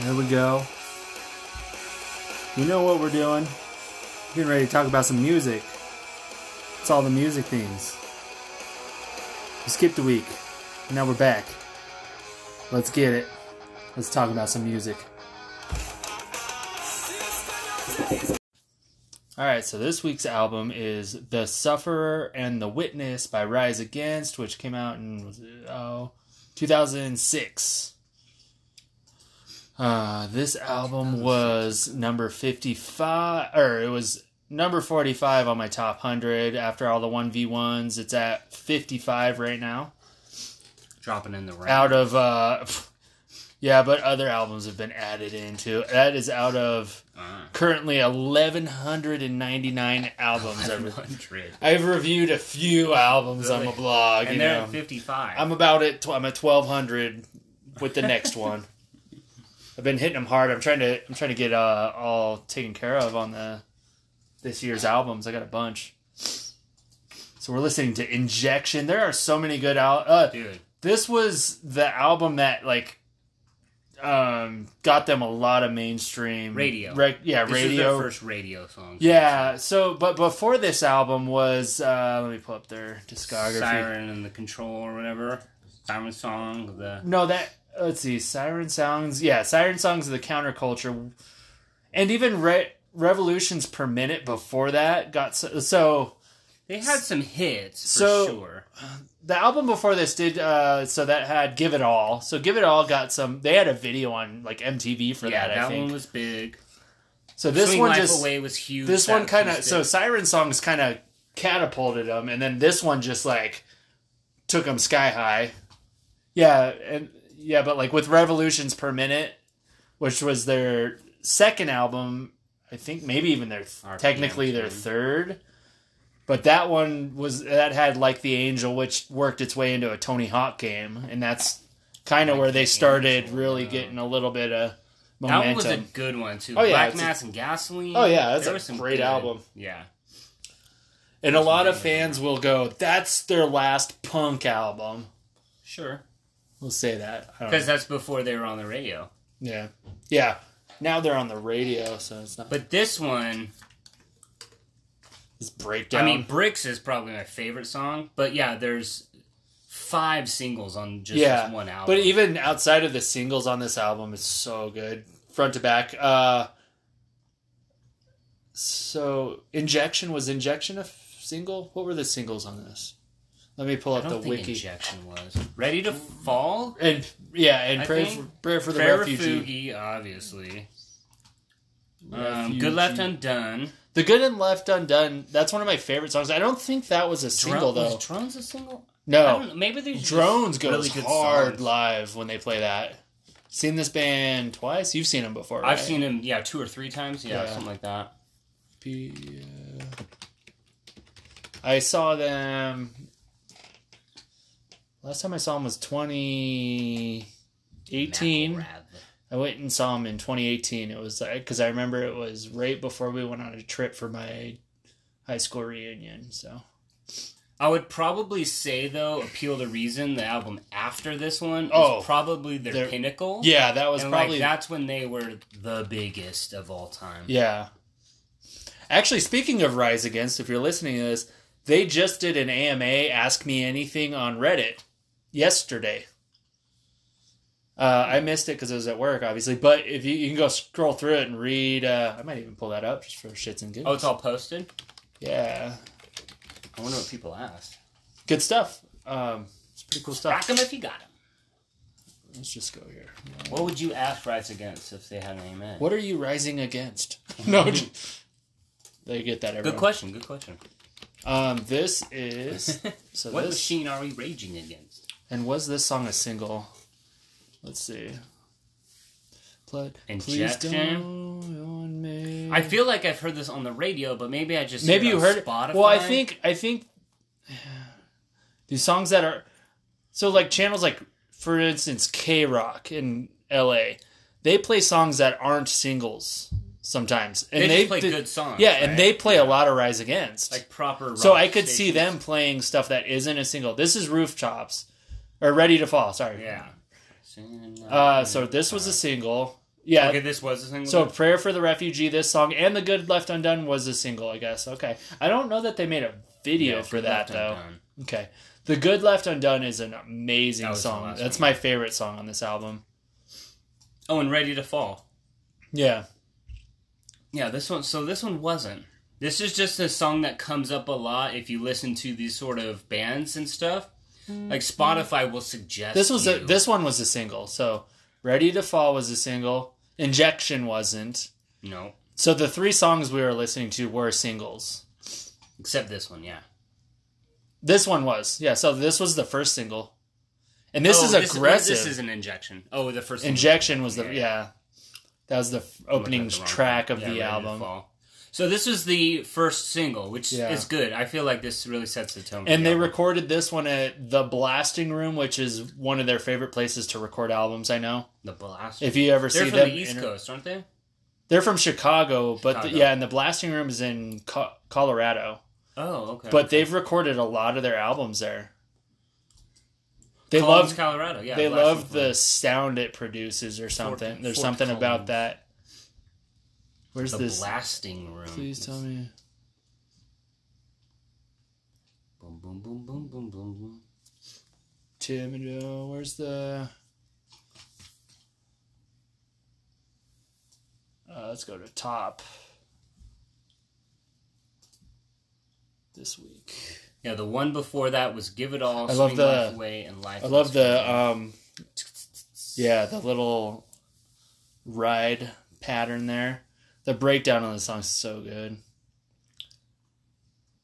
There we go. You know what we're doing? Getting ready to talk about some music. It's all the music themes. We skipped a week. And now we're back. Let's get it. Let's talk about some music. Alright, so this week's album is The Sufferer and the Witness by Rise Against, which came out in oh, 2006. Uh, this album was number 55, or it was number 45 on my top 100 after all the 1v1s. It's at 55 right now. Dropping in the rain. Out of, uh, yeah, but other albums have been added into. That is out of Ah, currently 1,199 albums. I've- 100. I've reviewed a few albums on my Really? blog. you And they're know. at 55. um, I'm about at tw- I'm at twelve hundred with the next one. I've been hitting them hard. I'm trying to I'm trying to get uh, all taken care of on the this year's albums. I got a bunch. So we're listening to Injection. There are so many good out. uh, Dude, this was the album that like um got them a lot of mainstream Radio. Rec- yeah, this is radio. their first radio song. yeah. So, but before this album was uh let me pull up their discography. Siren and the Control or whatever. Siren song. The No, that let's see, Siren Songs. Yeah, Siren Songs of the Counterculture, and even Re- Revolutions per Minute before that got so, so. they had some hits for So- sure. The album before this did uh, so that had Give It All. So Give It All got some. They had a video on like MTV for Yeah, that. that, I think. one was big. so this Swing one Life just Away was huge. this That one was kind of huge. so Siren Songs kind of catapulted them, and then this one just like took them sky high. Yeah, and yeah, but like with Revolutions per Minute, which was their second album, I think maybe even their RPM technically their tune. third. But that one was that had like the Angel, which worked its way into a Tony Hawk game, and that's kind of Like where they The started Angel, really yeah. getting a little bit of that momentum. one was a good one too. Oh, yeah, Black it's a- Mass and Gasoline. Oh, yeah, that's a There was some great good- album. Yeah, And a lot of Something like fans will go, that's their last punk album. sure. We'll say that. I don't Because know. that's before they were on the radio. Yeah. Yeah. Now they're on the radio, so it's not But this one, this breakdown. I mean, Bricks is probably my favorite song. But yeah, there's five singles on just Yeah, this one album. but even outside of the singles on this album, it's so good. Front to back. Uh so Injection was Injection a f- single? What were the singles on this? Let me pull I up don't the think wiki. Injection was ready to fall. and yeah, and I pray for, think prayer for the Prayer refugee. Refugee, obviously. Um, Good Left Refugee. Undone. The Good and Left Undone. That's one of my favorite songs. I don't think that was a single Drone- though. Was Drones a single? I don't No, know. Maybe there's Drones goes really good hard songs. live when they play that. Seen this band twice. You've seen them before. right? I've seen him, yeah, two or three times. Yeah, Yeah. something like that. P- uh, I saw them. Last time I saw them was twenty eighteen. Mackerel. I went and saw him in 2018. It was like because I remember it was right before we went on a trip for my high school reunion. So I would probably say though, Appeal to Reason, the album after this one, Oh. is probably their Their- pinnacle. yeah, that was and probably like that's when they were the biggest of all time. yeah. Actually, speaking of Rise Against, if you're listening to this, they just did an AMA Ask Me Anything on Reddit yesterday. Uh, I missed it because I was at work, obviously. But if you, you can go scroll through it and read, uh, I might even pull that up just for shits and giggles. Oh, it's all posted. yeah, I wonder what people asked. good stuff. Um, it's pretty cool stuff. Rock 'em if you got 'em. Let's just go here. What would you ask Rise Against if they had an amen? What are you rising against? no, j- they get that every Good question. Good question. Um, this is so what this machine are we raging against? and was this song a single? Let's see. Blood, please Injection. don't on me. I feel like I've heard this on the radio, but maybe I just Maybe it you on heard. it. Spotify. Well, I think I think these songs that are so like channels like for instance K Rock in L.A. They play songs that aren't singles sometimes, and they, they, just play did- good songs. Yeah, right? and they play a lot of Rise Against. like proper. so rock I could see stations. them playing stuff that isn't a single. This is Rooftops or Ready to Fall. Sorry. Yeah. Uh, so this Uh, was a single. Yeah. uh, Mm. Okay, this was a single. So, then? Prayer for the Refugee, this song, and The Good Left Undone was a single, I guess. Okay. I don't know that they made a video Yeah, for Good that, Left though. Undone. Okay. The Good Left Undone is an amazing That was the song. last That's one, my favorite song on this album. Oh, and Ready to Fall. Yeah. Yeah, this one. So this one wasn't. This is just a song that comes up a lot if you listen to these sort of bands and stuff. Mm-hmm. Like Spotify will suggest This was a, you- this one was a single. So, Ready to Fall was a single. Injection wasn't. no, So the three songs we were listening to were singles. except this one. Yeah, This one was. Yeah, so this was the first single. And this Oh, is well, aggressive. This is an injection. Oh, the first one. Injection was the yeah. Yeah. That was the f- I'm looking opening at the wrong track one. of Yeah, the Ready to album. Fall. So this is the first single, which Yeah. is good. I feel like this really sets the tone. for And the they album. recorded this one at the Blasting Room, which is one of their favorite places to record albums, I know. the blast. If you ever They're see from them the East inter- Coast, aren't they? They're from Chicago, but the- Chicago. yeah, and the Blasting Room is in Co- Colorado. Oh, okay. But they've recorded a lot of their albums there. They Collins, love Colorado. Yeah, they Blasting love Point. the sound it produces or something. Fort- There's Fort something about Collins. that. Where's the this? blasting room. Please tell me. Boom, boom, boom, boom, boom, boom, boom. Tim and Joe, where's the. Uh, let's go to top. This week. Yeah, the one before that was "Give It All." I love Swing the- Life Away and life. I love Is the. Free. um Yeah, the little ride pattern there. The breakdown on the song is so good.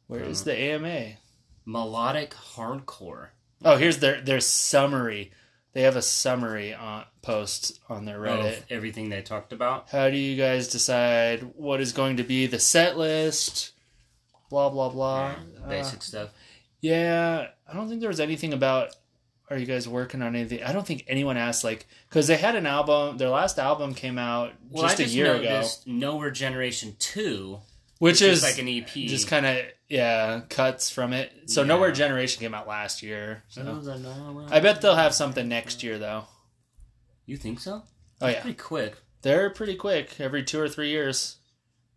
Where is the AMA? melodic hardcore. Oh, here's their their summary. They have a summary on post on their Reddit. Of everything they talked about. How do you guys decide what is going to be the set list? Blah blah blah. Yeah, Uh, basic stuff. yeah, I don't think there was anything about. Are you guys working on anything? I don't think anyone asked like because they had an album. Their last album came out Well, just, I just a year ago, noticed Nowhere Generation Two, which, is, like an E EP. just kind of yeah cuts from it. So Yeah. Oh. Nowhere Generation came out last year. So of. I bet they'll have something next year though. You think so? Oh yeah, Pretty quick. They're pretty quick. Every two or three years,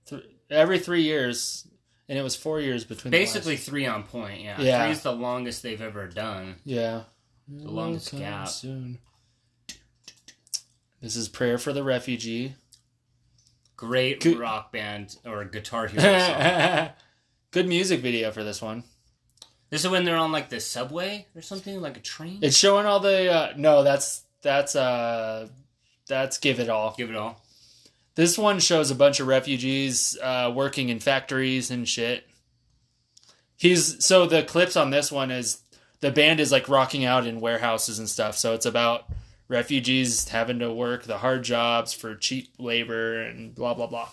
Th- every three years, and it was four years between. the last- Basically three on point. Yeah. Yeah. Three is the longest they've ever done. yeah, The longest Coming gap. Soon. This is prayer for the refugee. Great Good- rock band or guitar hero song. Good music video for this one. this is when they're on like the subway or something, like a train. It's showing all the uh, no. That's that's uh that's give it all. Give it all. This one shows a bunch of refugees uh, working in factories and shit. He's so the clips on this one is the band is like rocking out in warehouses and stuff. So it's about refugees having to work the hard jobs for cheap labor and blah blah blah,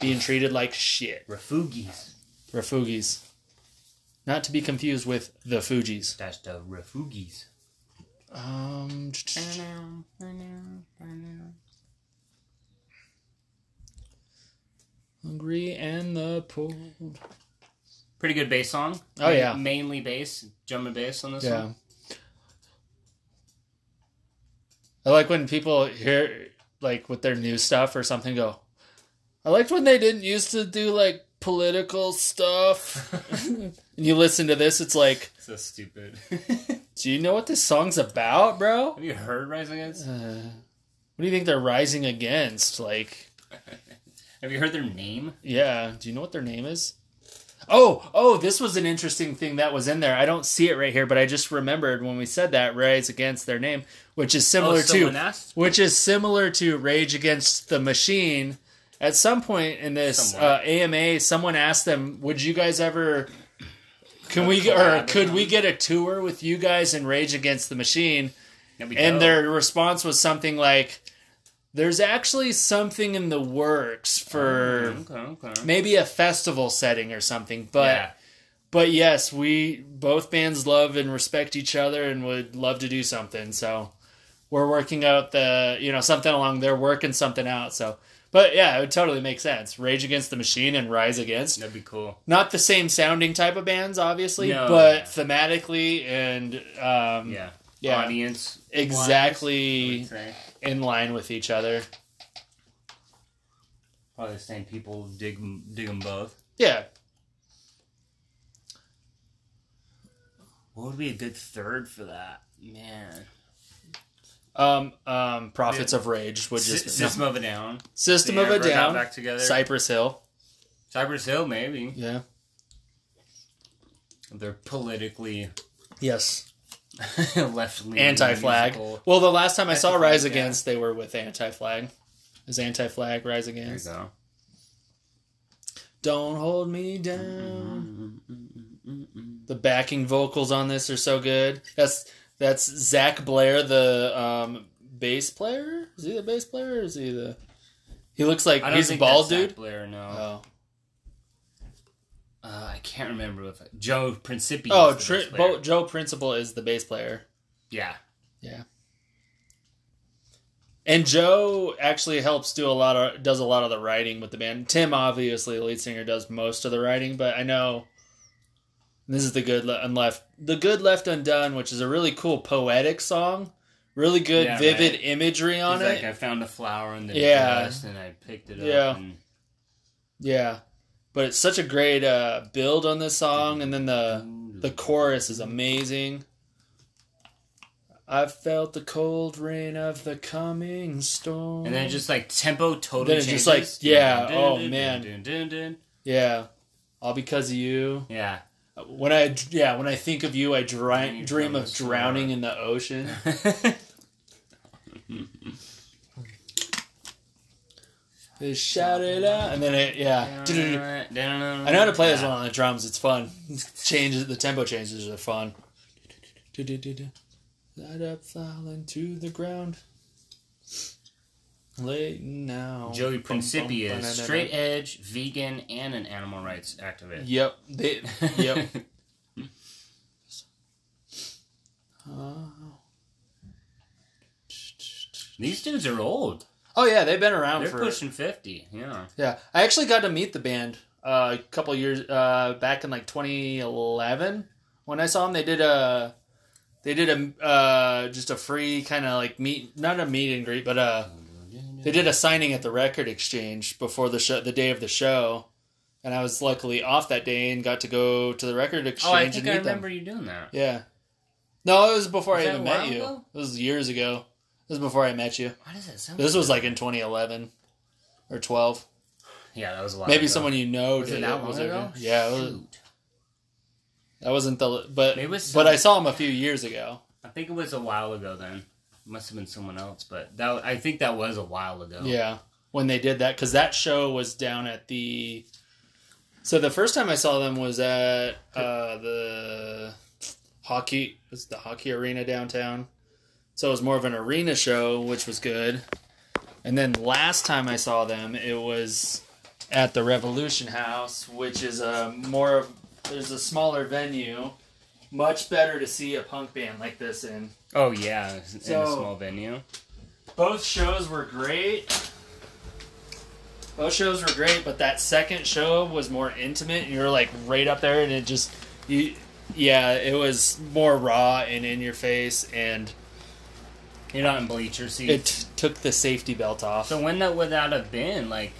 being treated like shit. Refugis. Refugees, not to be confused with the Fugees. That's the refugis. Um, hungry and the poor. Pretty good bass song. Oh, yeah. Mainly bass, drum and bass on this Yeah. one. I like when people hear like with their new stuff or something go. I liked when they didn't used to do like political stuff. and you listen to this, it's like, So stupid. do you know what this song's about, bro? Have you heard Rise Against? Uh, What do you think they're rising against? Like, Have you heard their name? yeah, do you know what their name is? Oh, oh, this was an interesting thing that was in there. I don't see it right here, but I just remembered when we said that rise against their name, which is similar oh, someone to asked. which is similar to Rage Against the Machine. At some point in this uh, Somewhat. AMA, someone asked them, "Would you guys ever? Can we or collab or could we something? get a tour with you guys and Rage Against the Machine?" That'd be And dope. their response was something like, "There's actually something in the works for Okay, okay. maybe a festival setting or something, but." yeah. But yes, we both bands love and respect each other and would love to do something. So we're working out the, you know, something along there, working something out. So, but yeah, it would totally make sense. Rage Against the Machine and Rise Against. That'd be cool. Not the same sounding type of bands, obviously, No, but yeah. thematically and um, Yeah. Yeah. Audience. exactly wise, I would say. in line with each other. Probably the same people dig 'em- dig them both. Yeah. What would be a good third for that? Man, Um, um, Prophets of Rage would just Sy- no. System of a Down. System They of a ever got Down, back together. Cypress Hill. Cypress Hill, maybe. Yeah. They're politically Yes. left leaning. Anti Flag. Well, the last time I saw Anti-Flag, Rise yeah. Against, they were with Anti Flag. Is Anti Flag Rise There you Against? go. Don't hold me down. The backing vocals on this are so good. That's that's Zach Blair, the um, bass player. Is he the bass player? Or is he the? He looks like I don't he's a think bald that's Zach dude. Blair, no. Oh, Uh, I can't remember if Joe Principi. is oh, the Tri- best player. Bo- Joe Principal is the bass player. Yeah. And Joe actually helps do a lot of does a lot of the writing with the band. Tim obviously the lead singer does most of the writing, but I know this is the good Le- and left the good left undone, which is a really cool poetic song. Really good Yeah, vivid right. imagery on He's it. like I found a flower in the Yeah. dust and I picked it up. Yeah. And yeah. But it's such a great uh, build on this song and then the the chorus is amazing. I felt the cold rain of the coming storm. and then it just like tempo totally Then it's changes. just like, yeah, oh, dun, man. dun, dun, dun. yeah. All because of you. Yeah. When I yeah, when I think of you, I When dri- you dream fell of ashore. drowning in the ocean. They shout it out, and then it yeah. I I know how to play this one on the drums. It's fun. Changes the tempo changes are fun. Light up, falling to the ground. Late now. Joey Principi Bum, bum, is ba-da-da-da. straight edge, vegan, and an animal rights activist. Yep. They, yep. Oh. These dudes are old. Oh yeah, they've been around They're for pushing fifty. Yeah. yeah. I actually got to meet the band uh, a couple years uh, back in like 2011 when I saw them. They did a they did a uh, just a free kind of like meet not a meet and greet but uh they did a signing at the record exchange before the show the day of the show and I was luckily off that day and got to go to the record exchange Oh, I think and I meet remember them. you doing that. Yeah. No, it was before Was I that even a while met you. ago? It was years ago. It was before I met you. Why does that sound? This was like in 2011 or 12. yeah, that was a lot. Maybe ago. someone you know was did it that it. long Was it- ago? Yeah, it was, Shoot. that wasn't the but Maybe it was but some- I saw him a few years ago. I think it was a while ago. Then must have been someone else, but that I think that was a while ago. Yeah, when they did that because that show was down at the. So the first time I saw them was at uh, the hockey was the hockey arena downtown. So it was more of an arena show, which was good. And then last time I saw them, it was at the Revolution House, which is a more of there's a smaller venue. Much better to see a punk band like this in. Oh yeah, in a So- small venue. Both shows were great. Both shows were great, but that second show was more intimate. And you were like right up there, and it just you, yeah, it was more raw and in your face, and You're not in bleacher seats. it t- took the safety belt off. so when that would that have been like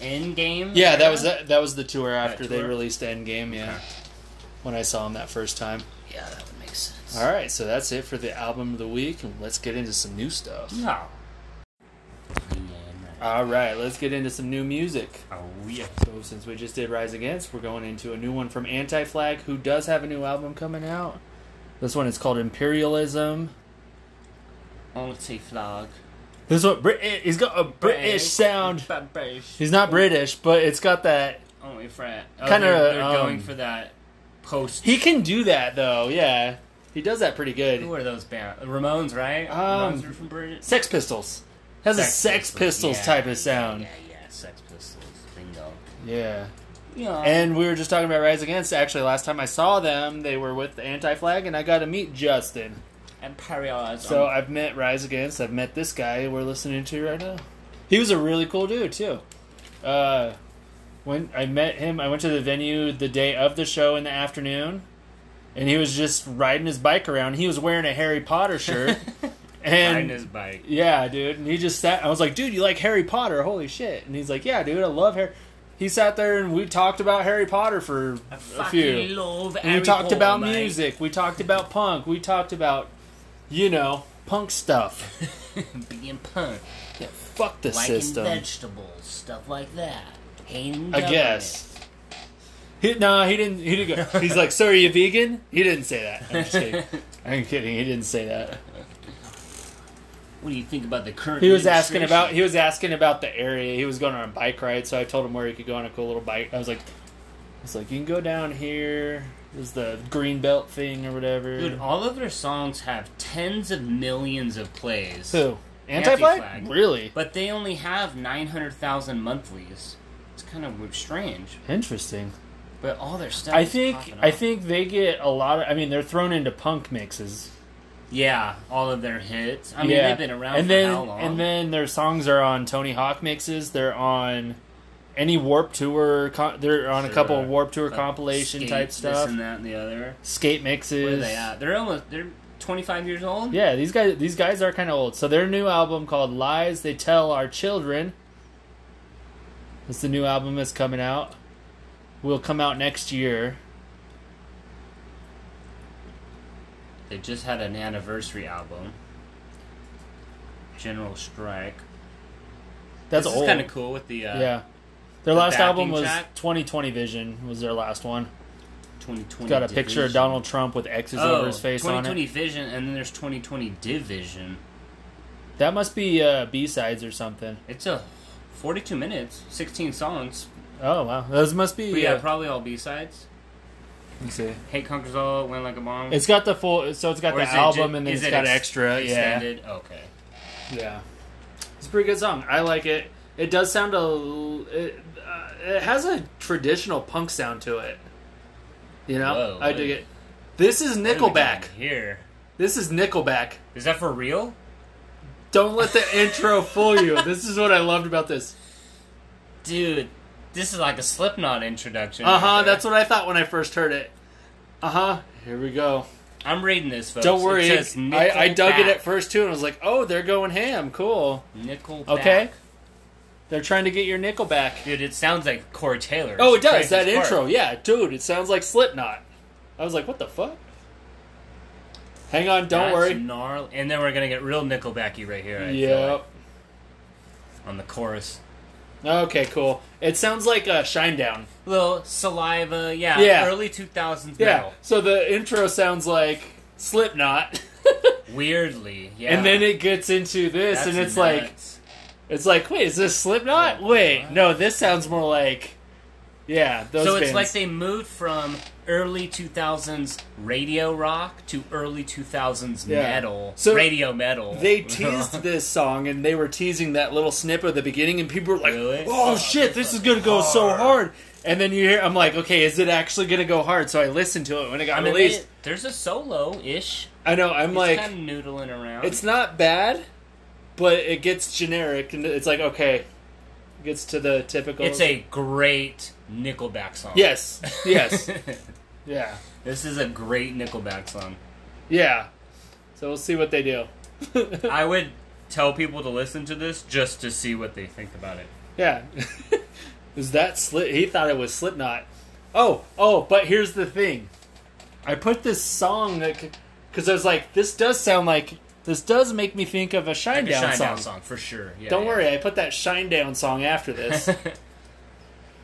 end game? yeah, that was that, that was the tour after they tour? released Endgame. Yeah, when I saw him that first time. Yeah, that would make sense. All right, so that's it for the album of the week, and let's get into some new stuff. No. All right, let's get into some new music. Oh yeah. So since we just did Rise Against, we're going into a new one from Anti Flag, who does have a new album coming out. This one is called Imperialism. Anti flag. This one, Brit- he's got a British sound. British. He's not British, but it's got that. Only frat. Oh, Kinda, They're, they're um, going for that post. He can do that though. Yeah, he does that pretty Who good. are those bands? Ramones, right? Um, Ramones are from Britain. Sex Pistols has a Sex Pistols yeah, type of sound. Yeah, yeah, Sex Pistols. Bingo. Yeah. Yeah. And we were just talking about Rise Against. Actually, last time I saw them, they were with the Anti Flag, and I got to meet Justin. Imperialism. So I've met Rise Against. I've met this guy we're listening to right now. He was a really cool dude too. Uh, when I met him, I went to the venue the day of the show in the afternoon, and he was just riding his bike around. He was wearing a Harry Potter shirt, riding And his bike. yeah, dude. And he just sat. I was like, dude, you like Harry Potter? Holy shit! And he's like, yeah, dude, I love Harry. He sat there and we talked about Harry Potter for I a fucking few. love And we Harry talked Potter, about mate. music. We talked about punk. We talked about, you know, punk stuff. being punk, Fuck the liking system. vegetables, stuff like that. Hating I guess. He, no, he didn't. He didn't go. He's like, "So are you vegan?" He didn't say that. I'm just kidding. I'm kidding. He didn't say that. What do you think about the current? He was asking administration? about. He was asking about the area. He was going on a bike ride, so I told him where he could go on a cool little bike. I was like, "I was like, you can go down here. There's the green belt thing or whatever." Dude, all of their songs have tens of millions of plays. Who? Anti bike? Anti-flag. Really? But they only have 900,000 monthlies. It's kind of strange. Interesting. But all their stuff I is think. popping I off. think they get a lot of. I mean, they're thrown into punk mixes. Yeah, all of their hits. I mean, they've been around and for then, how long? And then their songs are on Tony Hawk mixes. They're on any Warp Tour. co they're on a Sure. couple of Warp Tour Like, compilation Skate, type This stuff. and that and the other. Skate mixes. Where are they at? They're almost, they're 25 years old? Yeah, these guys. These guys are kind of old. So their new album called "Lies They Tell Our Children." It's the new album that's coming out. Will come out next year. They just had an anniversary album. General Strike. That's this old. is kind of cool with the uh, Yeah. Their The last backing album was track? 2020 Vision. Was their last one? 2020 Got a picture of Division. Donald Trump with X's Oh, over his face on 2020 it. Vision, and then there's 2020 Division. That must be uh, B sides or something. It's a 42 minutes, 16 songs. Oh wow, those must be. But yeah, uh, probably all B sides. let's see. Hate Conquers All, Went Like a Bomb. It's got the full. So it's got Or the is it album ju- and then is it's it got ex- extra. extended. Okay. Yeah, yeah. It's a pretty good song. I like it. It does sound a. l- It, uh, it has a traditional punk sound to it. You know, Whoa, I what dig is- it. This is What are we Nickelback. doing Here. This is Nickelback. Is that for real? Don't let the intro fool you. This is what I loved about this. Dude, this is like a Slipknot introduction. Uh huh. right there. That's what I thought when I first heard it. Uh huh. Here we go. I'm reading this, folks. Don't worry. It says I, I dug it Nickelback. at first too, and I was like, "Oh, they're going ham. Cool. Nickelback. Okay, they're trying to get your nickel back." Dude, it sounds like Corey Taylor. Oh, it does Crazy that as intro. fuck. Yeah, dude, it sounds like Slipknot. I was like, "What the fuck?" Hang on. Don't That's worry. Gnarly. And then we're going to get real Nickelbacky right here. I feel like, Yep. on the chorus. Okay. Cool. It sounds like uh, Shinedown. little saliva, yeah, Yeah. early 2000s Yeah. metal. So the intro sounds like Slipknot, Weirdly, yeah. and then it gets into this, That's and it's like. nuts. It's like, wait, is this Slipknot? Yeah. Wait, no, this sounds more like, yeah, those. so it's bands. like they moved from early 2000s radio rock to early 2000s Yeah. metal, So radio metal. they teased this song and they were teasing that little snip of the beginning, and people were like, Really? "Oh Oh, shit, this this is gonna go is so hard. hard!" And then you hear, I'm like, "Okay, is it actually gonna go hard?" So I listened to it when it got I mean, released. they- there's a solo ish. I know, I'm It's like, kind of noodling around. it's not bad, but it gets generic, and it's like, okay, it gets to the typical. it's a great Nickelback song. yes, yes, yeah. this is a great Nickelback song. Yeah. So we'll see what they do. I would tell people to listen to this just to see what they think about it. yeah. Is that slit? He thought it was Slipknot. Oh, oh, but here's the thing. I put this song that because I was like, this does sound like this does make me think of a Shinedown Like a Shinedown song. song. for sure. Yeah, Don't yeah. worry, I put that Shinedown song after this. Because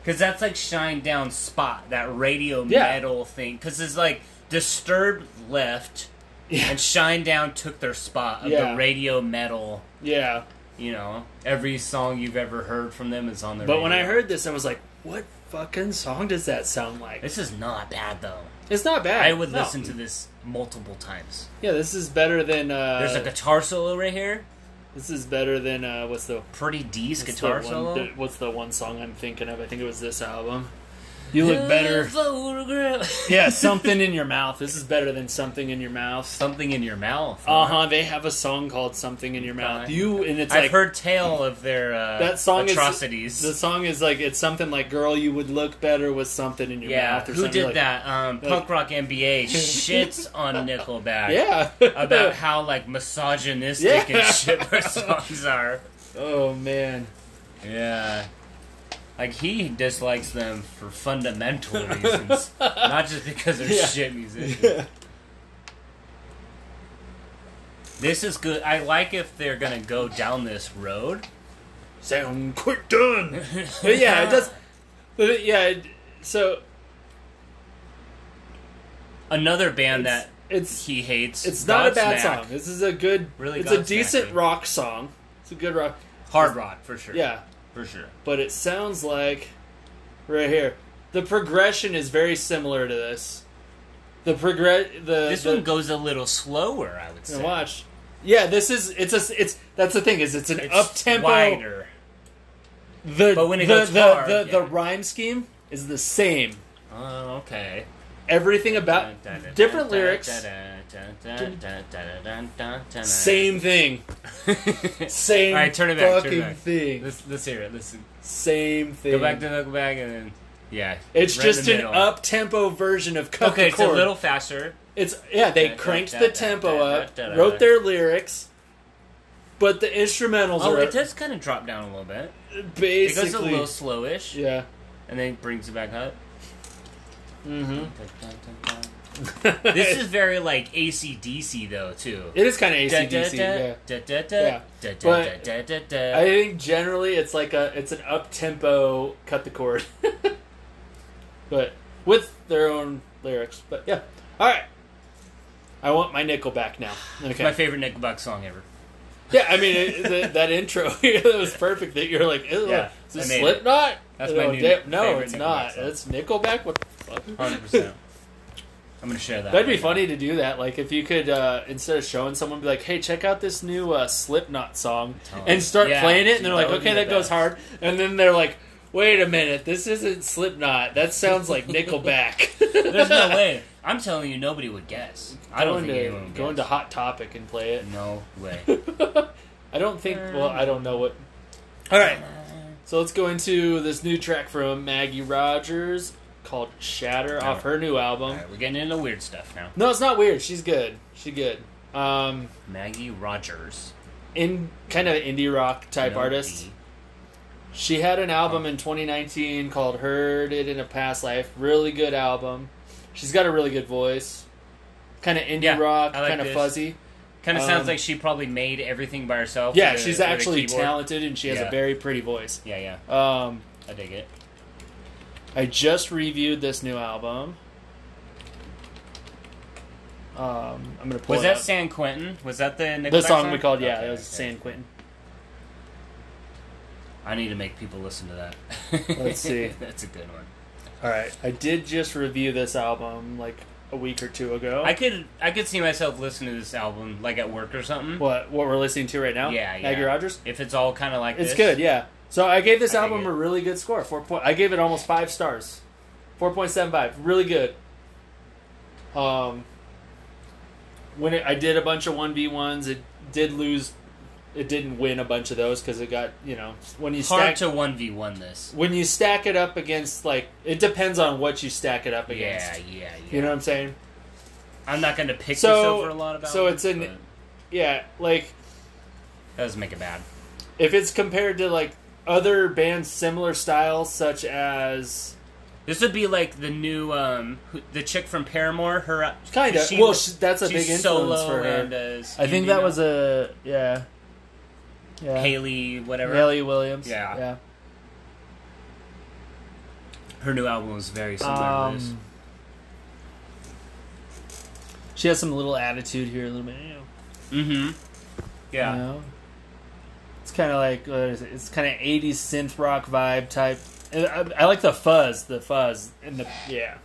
that's like Shine Down Spot, that radio Yeah. metal thing. Because it's like Disturbed left, yeah, and Shine Down took their spot of Yeah. the radio metal. yeah. You know, every song you've ever heard from them is on their. But when I radio. heard this, I was like, what fucking song does that sound like? this is not bad though. It's not bad. I would No. listen to this multiple times. Yeah, this is better than. uh There's a guitar solo right here, This is better than uh what's the pretty decent What's guitar the one, solo. the- what's the one song I'm thinking of? I think it was this album. You look better. Photograph. Yeah, something in your mouth. This is better than something in your mouth. Something in your mouth. Uh huh. They have a song called "Something in Your Mouth." You and it's I've like heard tale of their uh, That song is- atrocities. the song is like it's something like "Girl, you would look better with something in your yeah, mouth." Or who something did like, that? Um, Punk Rock NBA shits on Nickelback Yeah. about how like misogynistic Yeah. and shit their songs are. oh man. Yeah. Like he dislikes them for fundamental reasons, not just because they're Yeah. shit musicians. Yeah. This is good. I like if they're gonna go down this road. Sound quick done. But yeah, it does. But it- yeah, it, so Another band it's, that it's he hates. it's not a bad Godsmack. song. This is a good, Really it's a Godsmack, decent dude. rock song. It's a good rock. Hard rock for sure. Yeah, for sure. but it sounds like right here the progression is very similar to this. The progress the This the, one goes a little slower, I would say. and watch. Yeah, this is it's a it's that's the thing is it's an It's up tempo. wider. The But when it the goes the, hard, the, the yeah. rhyme scheme is the same. Oh, okay. Everything about Uh, different lyrics, same thing, same Alright, turn it back, turn it fucking back. thing, Let's let's hear it. Listen. same thing. Go back to go back and then yeah. It's right in just the an middle. up tempo version of Cut Okay, the it's a Cord. little faster. It's yeah, they Da, da, cranked da, the da, tempo da, up, da, da, wrote da. their lyrics, but the instrumentals Oh, are it does kind of drop down a little bit. It basically goes a little slowish, yeah. and then it brings it back up. Mm-hmm. This is very like ACDC though too. it is kind of Da, ACDC. da, da, Yeah. da, da, Yeah. da, da, da, But- da, da, da. I think generally it's like a it's an up tempo cut the chord, but with their own lyrics. But yeah, all right. I want my nickel back now. Okay. My favorite Nickelback song ever. yeah, I mean it, the, that intro that was perfect. That you're like, "Ew, Yeah, is this I made it. Slipknot? That's my Oh, new da- No, favorite it's Nickelback not. song. It's Nickelback. What the fuck? Hundred percent. I'm gonna share that. That'd be right now. funny to do that. Like if you could uh, instead of showing someone, be like, "Hey, check out this new uh, Slipknot song," Tell and them. start Yeah, playing it, and dude, they're that like, would be "Okay, the that goes best. hard," and then they're like, "Wait a minute, this isn't Slipknot. That sounds like Nickelback." There's no way. I'm telling you, nobody would guess. I don't Going think to, anyone would go into guess. Hot Topic and play it. No way. I don't think. Well, I don't know what. All right, so let's go into this new track from Maggie Rogers called "Shatter" off her new album. Alright, we're getting into weird stuff now. No, it's not weird. She's good. She good. Um, Maggie Rogers. in kind of indie rock type artist. She had an album in 2019 called Heard It in a Past Life. Really good album. She's got a really good voice. Kind of indie Yeah, rock, I like kind of this. fuzzy. Kind of Um, sounds like she probably made everything by herself. Yeah, with a- she's with a actually keyboard. talented and she has a Yeah. very pretty voice. Yeah, yeah. Um, I dig it. I just reviewed this new album. Um, I'm gonna pull Was it that up. San Quentin? Was that the Nickelback the song we called? Yeah, Okay, it was okay. San Quentin. I need to make people listen to that. Let's see. That's a good one. All right, I did just review this album like a week or two ago. I could I could see myself listening to this album like at work or something. what what we're listening to right now? Yeah, yeah. Maggie Rogers. If it's all kind of like It's this. good, yeah. So I gave this I dig album it. a really good score. Four point. I gave it almost five stars. Four point seven five. Really good. Um, when it, I did a bunch of one v ones, it did lose. It didn't win a bunch of those because it got you know when you Hard stack to one v one this. when you stack it up against like it depends on what you stack it up against. Yeah, yeah, yeah. You know what I'm saying? I'm not going to pick So- this over a lot about. so it's in- That Yeah, like does make it bad. if it's compared to like other bands similar styles such as This would be like the new um who, the chick from Paramore. Her uh, kind of she- well sh that's a she's big influence solo for her. and, uh, I think indie that now. was a uh, yeah, yeah. Haley whatever. Haley Williams. Yeah. yeah. Her new album was very similar to this. Um, she has some little attitude here, a little bit. You know, Mm-hmm. Yeah. you know? It's kind of like what is it? it's kind of '80s synth rock vibe type. And I, I like the fuzz, the fuzz, and the yeah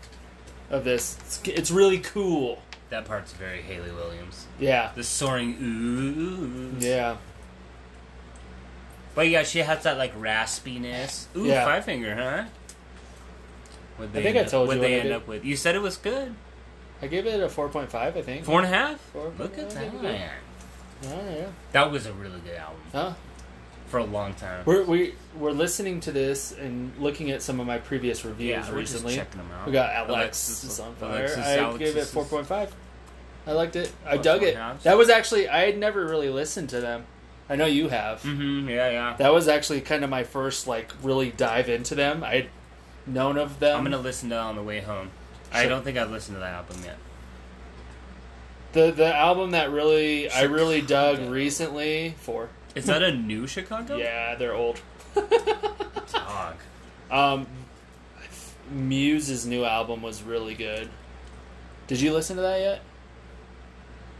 of this. It's, it's really cool. that part's very Haley Williams. Yeah, The soaring ooh. yeah. But yeah, she has that like raspiness. Ooh, Yeah. five finger, huh? What they think end I told up, you what what I they end did. up with. You said it was good. I give it a 4.5, I think. Four and a half. Four and a Look at half, that. yeah. Oh, yeah. That was a really good album Huh? for a long time. We're, we, we're listening to this and looking at some of my previous reviews yeah, we're just recently. checking them out. We got Alexis, is on fire. I gave it Alexis. four point five. I liked it. I Plus dug one it. halves. That was actually I had never really listened to them. I know you have. Mhm, Yeah, yeah. That was actually kind of my first like really dive into them. I'd known of them. I'm gonna listen to that on the way home. I Sure. don't think I've listened to that album yet. the the album that really I really dug Chicago. recently for. Is that a new Chicago? Yeah, they're old. Dog. Um, Muse's new album was really good. Did you listen to that yet?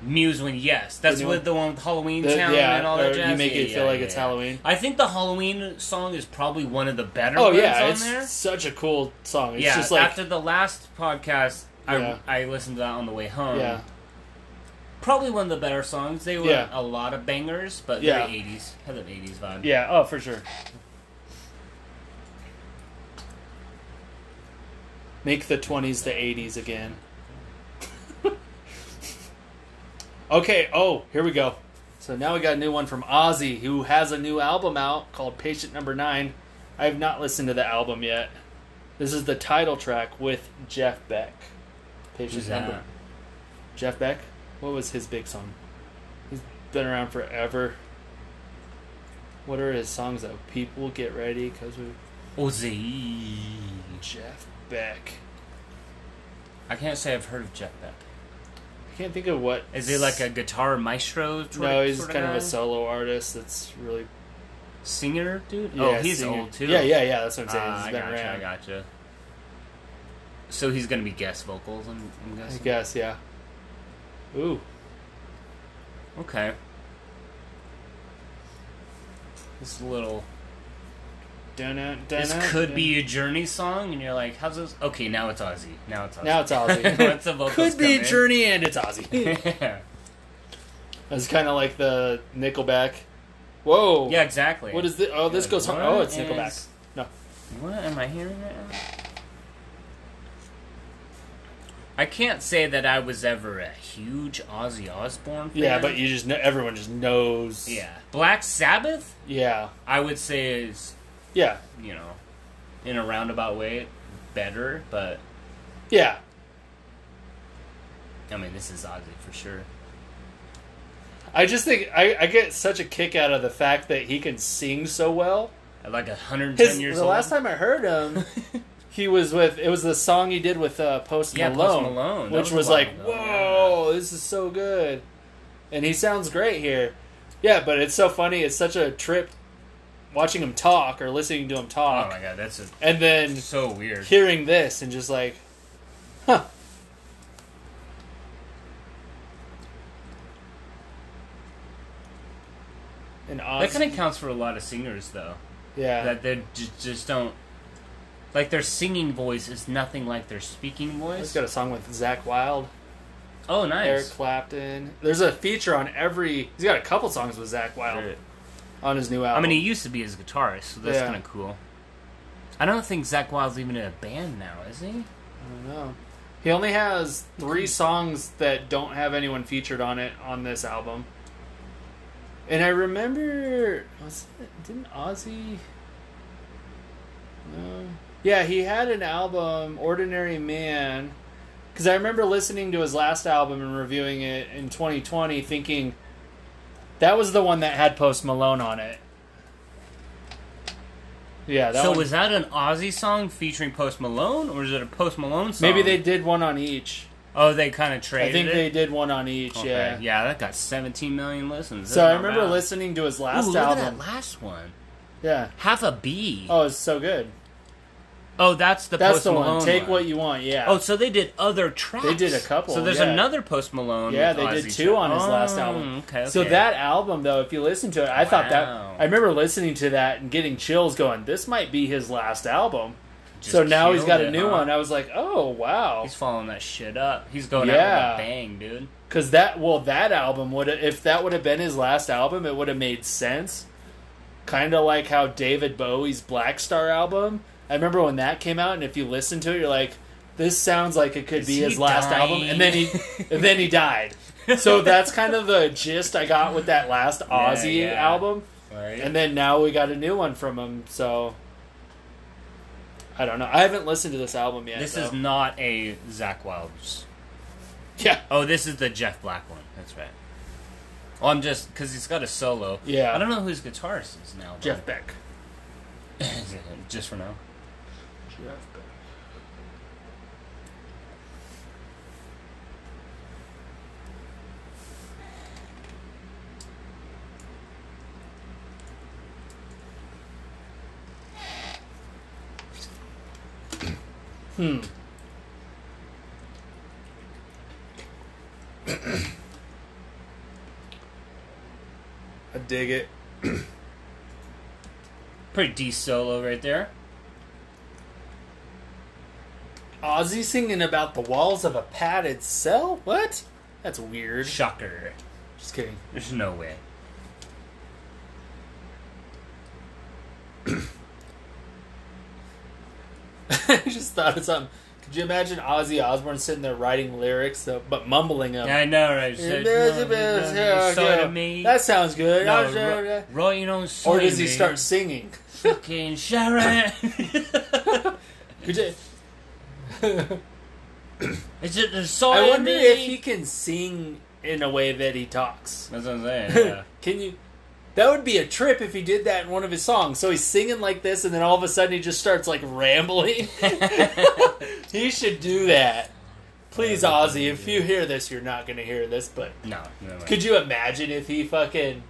Muse one, yes. That's new with one? the one with Halloween The- Town yeah, and all or that jazz. you make Yeah, it feel yeah, like it's yeah. Halloween. I think the Halloween song is probably one of the better Oh ones yeah, on it's there. such a cool song. It's yeah, just like after the last podcast, Yeah. I, I listened to that on the way home. yeah. Probably one of the better songs. They were Yeah. a lot of bangers, but Yeah. very 80s. Had an 80s vibe. Yeah, oh, for sure. Make the 20s the 80s again. okay, oh, here we go. So now we got a new one from Ozzy, who has a new album out called Patient Number Nine. I have not listened to the album yet. This is the title track with Jeff Beck. Patient Who's Number. that? Jeff Beck? What was his big song? He's been around forever. What are his songs though? People get ready because we uh, Ozzy. Jeff Beck. I can't say I've heard of Jeff Beck. I can't think of what. Is he like a guitar maestro? Sort No, he's sort kind of guy? a solo artist. That's really. singer, dude. yeah, oh, he's singer. old too. Yeah, yeah, yeah. That's what I'm saying. Ah, he's I been gotcha. around. I gotcha. So he's gonna be guest vocals. I'm, I'm I guessing. guess, yeah. Ooh, Okay. This little. dun dun This could be a Journey song, and you're like, "How's this?" Okay, now it's Ozzy. Now it's Ozzy. Now it's Ozzy. Once the vocals Could be come in. Journey and it's Ozzy. it's kind of like the Nickelback. Whoa. yeah, exactly. What is this? Oh, this Like, goes. what Oh, it's is- Nickelback. No. What am I hearing right now? I can't say that I was ever a huge Ozzy Osbourne fan. Yeah, but you just know everyone just knows. yeah, Black Sabbath. Yeah. I would say is Yeah. you know, in a roundabout way, better. But Yeah. I mean, this is Ozzy for sure. I just think I, I get such a kick out of the fact that he can sing so well. At like 110 His, years the old. last time I heard him, he was with it was the song he did with uh, Post Yeah, Post Malone, Malone. That which was, was a while like, ago, whoa, this is so good, and he sounds great here. Yeah, but it's so funny. It's such a trip watching him talk or listening to him oh talk, my god, that's just and then so weird. hearing this and just like, huh. And That awesome. kind of counts for a lot of singers, though. yeah. That they just, just don't. Like their singing voice is nothing like their speaking He's voice. got a song with Zach Wild, oh, Eric nice. Clapton. There's a feature on every. He's got a couple songs with Zach Wild on his new I album. mean, he used to be his guitarist, so that's Yeah. kind of cool. I don't think Zach Wild's even in a band now, is he? I don't know. He only has three songs that don't have anyone featured on it on this album. And I remember, was it, didn't Ozzy? No. Yeah, he had an album, Ordinary Man, because I remember listening to his last album and reviewing it in 2020, thinking that was the one that had Post Malone on it. Yeah, that so one- was that an Ozzy song featuring Post Malone, or is it a Post Malone song? maybe they did one on each. Oh, they kind of I traded. think it? they did one on each. Okay. Yeah. yeah, that got 17 million listens. So That's I not remember bad. listening to his Ooh, last look album. at that last one. Yeah. Half a B. Oh, Oh, it's so good. that's the That's Post the Malone one. Take what you want. Yeah. Oh, so they did other tracks. They did a couple, So there's yeah. another Post Malone. yeah, with they did Ozzy two track. on his last Oh, album. Okay, So okay. that album, though, if you listen to it, I thought Wow. that I remember listening to that and getting chills, going, "This might be his last album." Just so now he's killed got it, a new huh? one. I was like, "Oh wow!" He's following that shit up. He's going out with Yeah. a bang, dude. Because that well, that album would if that would have been his last album, it would have made sense. Kind of like how David Bowie's Black Star album I remember when that came out, and if you listen to it, you're like, "This sounds like it could Is be he his last dying? album." And then he, and then he died. So that's kind of the gist I got with that last Ozzy yeah. album. Right. And then now we got a new one from him. So I don't know. I haven't listened to this album yet. this though. is not a Zach Wilder's. yeah. Oh, this is the Jeff Black one. That's right. Oh, I'm just because he's got a solo. Yeah. I don't know whose guitarist is now. but- Jeff Beck. just for now. Jeff Beck. Hmm. I dig it. Pretty D solo right there. Ozzy singing about the walls of a padded cell? What? That's weird. Shocker. Just kidding. There's no way. I just thought of something. Could you imagine Ozzy Osbourne sitting there writing lyrics though, but mumbling them? I know, right? Just like, no, no, no, you sold to me. That sounds good. No, I'll show Ro- ya. Roy, you don't sold or does he me. start singing? fucking Sharon? Could you, Is it the soy I wonder me? if he can sing in a way that he talks. That's what I'm saying. Yeah. can you? That would be a trip if he did that in one of his songs. So he's singing like this, and then all of a sudden he just starts like rambling. he should do that. Please, Ozzy, if you hear this, you're not going to hear this, but no, no way. Could you imagine if he fucking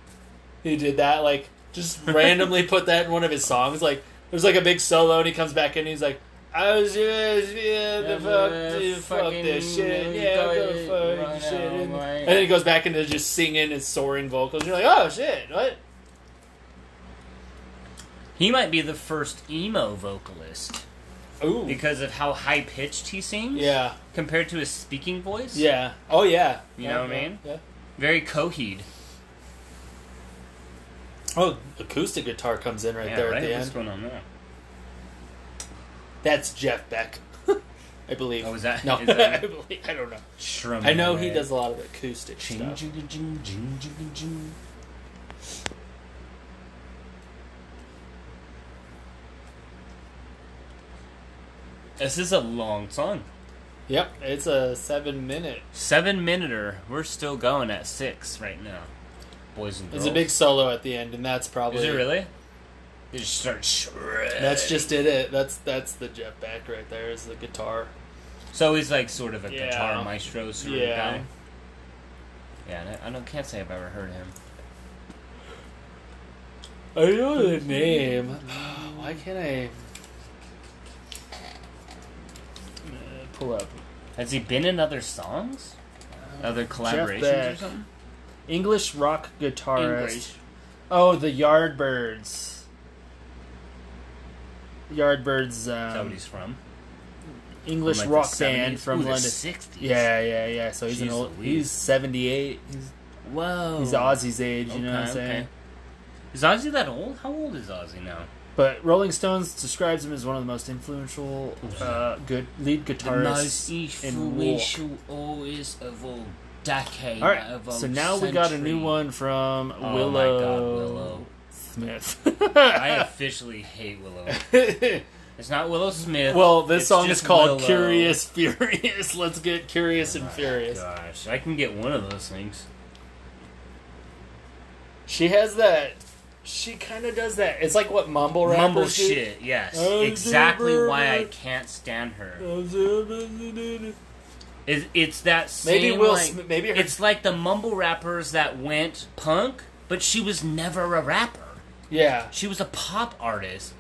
he did that? Like just randomly put that in one of his songs. Like there's like a big solo and he comes back in and he's like, I was just yeah, the fuck, dude, fuck this shit, yeah, go fuck this shit, and then he goes back into just singing his soaring vocals. You're like, oh shit, what? He might be the first emo vocalist Ooh, because of how high pitched he sings yeah, compared to his speaking voice. yeah, oh yeah. You know what I Yeah, mean? Yeah. Very coheed. Oh, acoustic guitar comes in right yeah, there right? at the What's end. going on there? That's Jeff Beck, I believe. Oh, is that- no? is that- I, believe, I don't know. Shrum, I know he right? does a lot of acoustic Jing, stuff. jing, jing, jing, jing, jing. This is a long song. Yep, it's a seven minute. Seven minuter. We're still going at six right now, boys and girls. There's a big solo at the end, and that's probably Is it really? It just starts. shredding. That's just it. It that's that's the Jeff Beck right there is the guitar. So he's like sort of a Yeah. guitar maestro sort Yeah. of guy. Yeah, I I don't can't say I've ever heard him. I know the name. Why can't I uh, pull up Has he been in other songs, other collaborations or Uh, Beck. something? English rock guitarist? Oh, the Yardbirds. Yardbirds, That's um, what he's from. English From, like, rock the band 70s? from Ooh, the London. 60s. Yeah, yeah, yeah. So he's an Jeez old. Louise. He's seventy eight. He's Whoa. He's Ozzy's age, you know what I'm Oh. Okay, saying? okay. Is Ozzy that old? How old is Ozzy now? But Rolling Stones describes him as one of the most influential uh, good lead guitarists in rock. always of all decade All right, so now we got a new one from Oh my God, Willow, Willow. Smith. I officially hate Willow. It's not Willow Smith. well, this it's song is just called Willow. Oh "Curious Furious." Let's get curious and My furious. Gosh, I can get one of those things. She has that. She kind of does that. It's like what mumble rappers Mumble do. shit. Yes, Oh, exactly dear why I Lord. can't stand her. Maybe It's, it's that same. Will like- Smith. Maybe her It's like the mumble rappers that went punk, but she was never a rapper. yeah. She was a pop artist.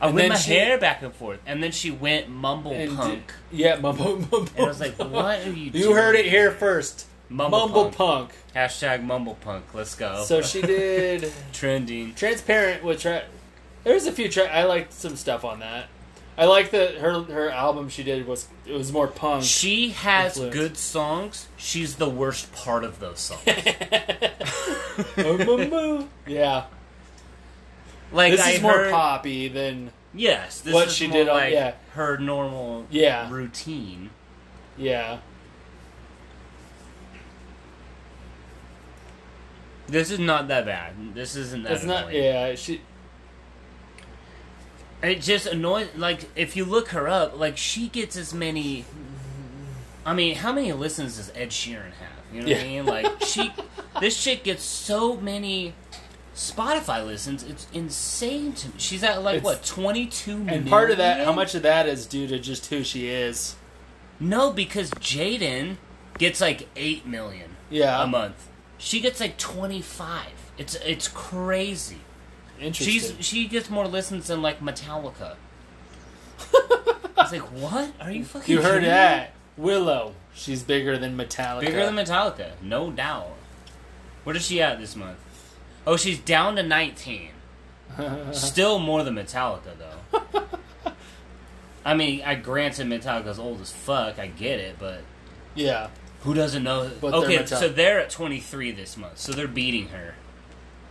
I And went then my she- hair back and forth, and then she went mumble And d- punk. yeah, mumble mumble. And I was like, "What are You you? doing? heard it here first. Mumble, Mumble punk. punk. Hashtag mumble punk. Let's go. So she did trending. Transparent with tra- There's a few tra- I liked some stuff on that. I like that her her album she did was it was more punk. She has Influence. good songs. She's the worst part of those songs. yeah. Like This I is more heard, poppy than Yes, this What is she more did on- like yeah. her normal Yeah. routine. Yeah. This is not that bad. This isn't that. It's not annoying. yeah, she It just annoys. Like if you look her up, like she gets as many. I mean, how many listens does Ed Sheeran have? You know what Yeah. I mean? Like she, this chick gets so many Spotify listens. It's insane to me. She's at like what It's- twenty two million. and part of that how much of that is due to just who she is. No, because Jaden gets like eight million Yeah. a month. Uh, She gets like twenty five. It's it's crazy. Interesting. She's she gets more listens than like Metallica. It's like, what? Are you fucking? you heard kidding me? that. Willow. She's bigger than Metallica. Bigger than Metallica, no doubt. What is she at this month? Oh, she's down to nineteen. Still more than Metallica though. I mean, I granted Metallica's old as fuck. I get it, but Yeah. who doesn't know? But they're okay, Metallica. so they're at twenty three this month, so they're beating her.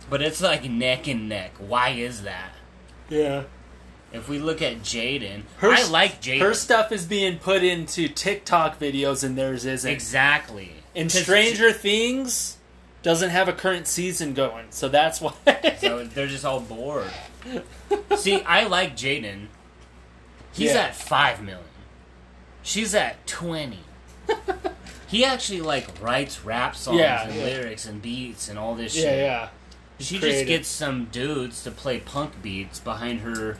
But it's like neck and neck. Why is that? Yeah. If we look at Jaden, Her I s- like Jaden. Her stuff is being put into TikTok videos and theirs isn't. Exactly. And 'Cause Stranger Things doesn't have a current season going, so that's why. So they're just all bored. See, I like Jaden. He's Yeah. at five million. She's at twenty. he actually like writes rap songs Yeah, and yeah. lyrics and beats and all this yeah, shit. yeah. She creative. just gets some dudes to play punk beats behind her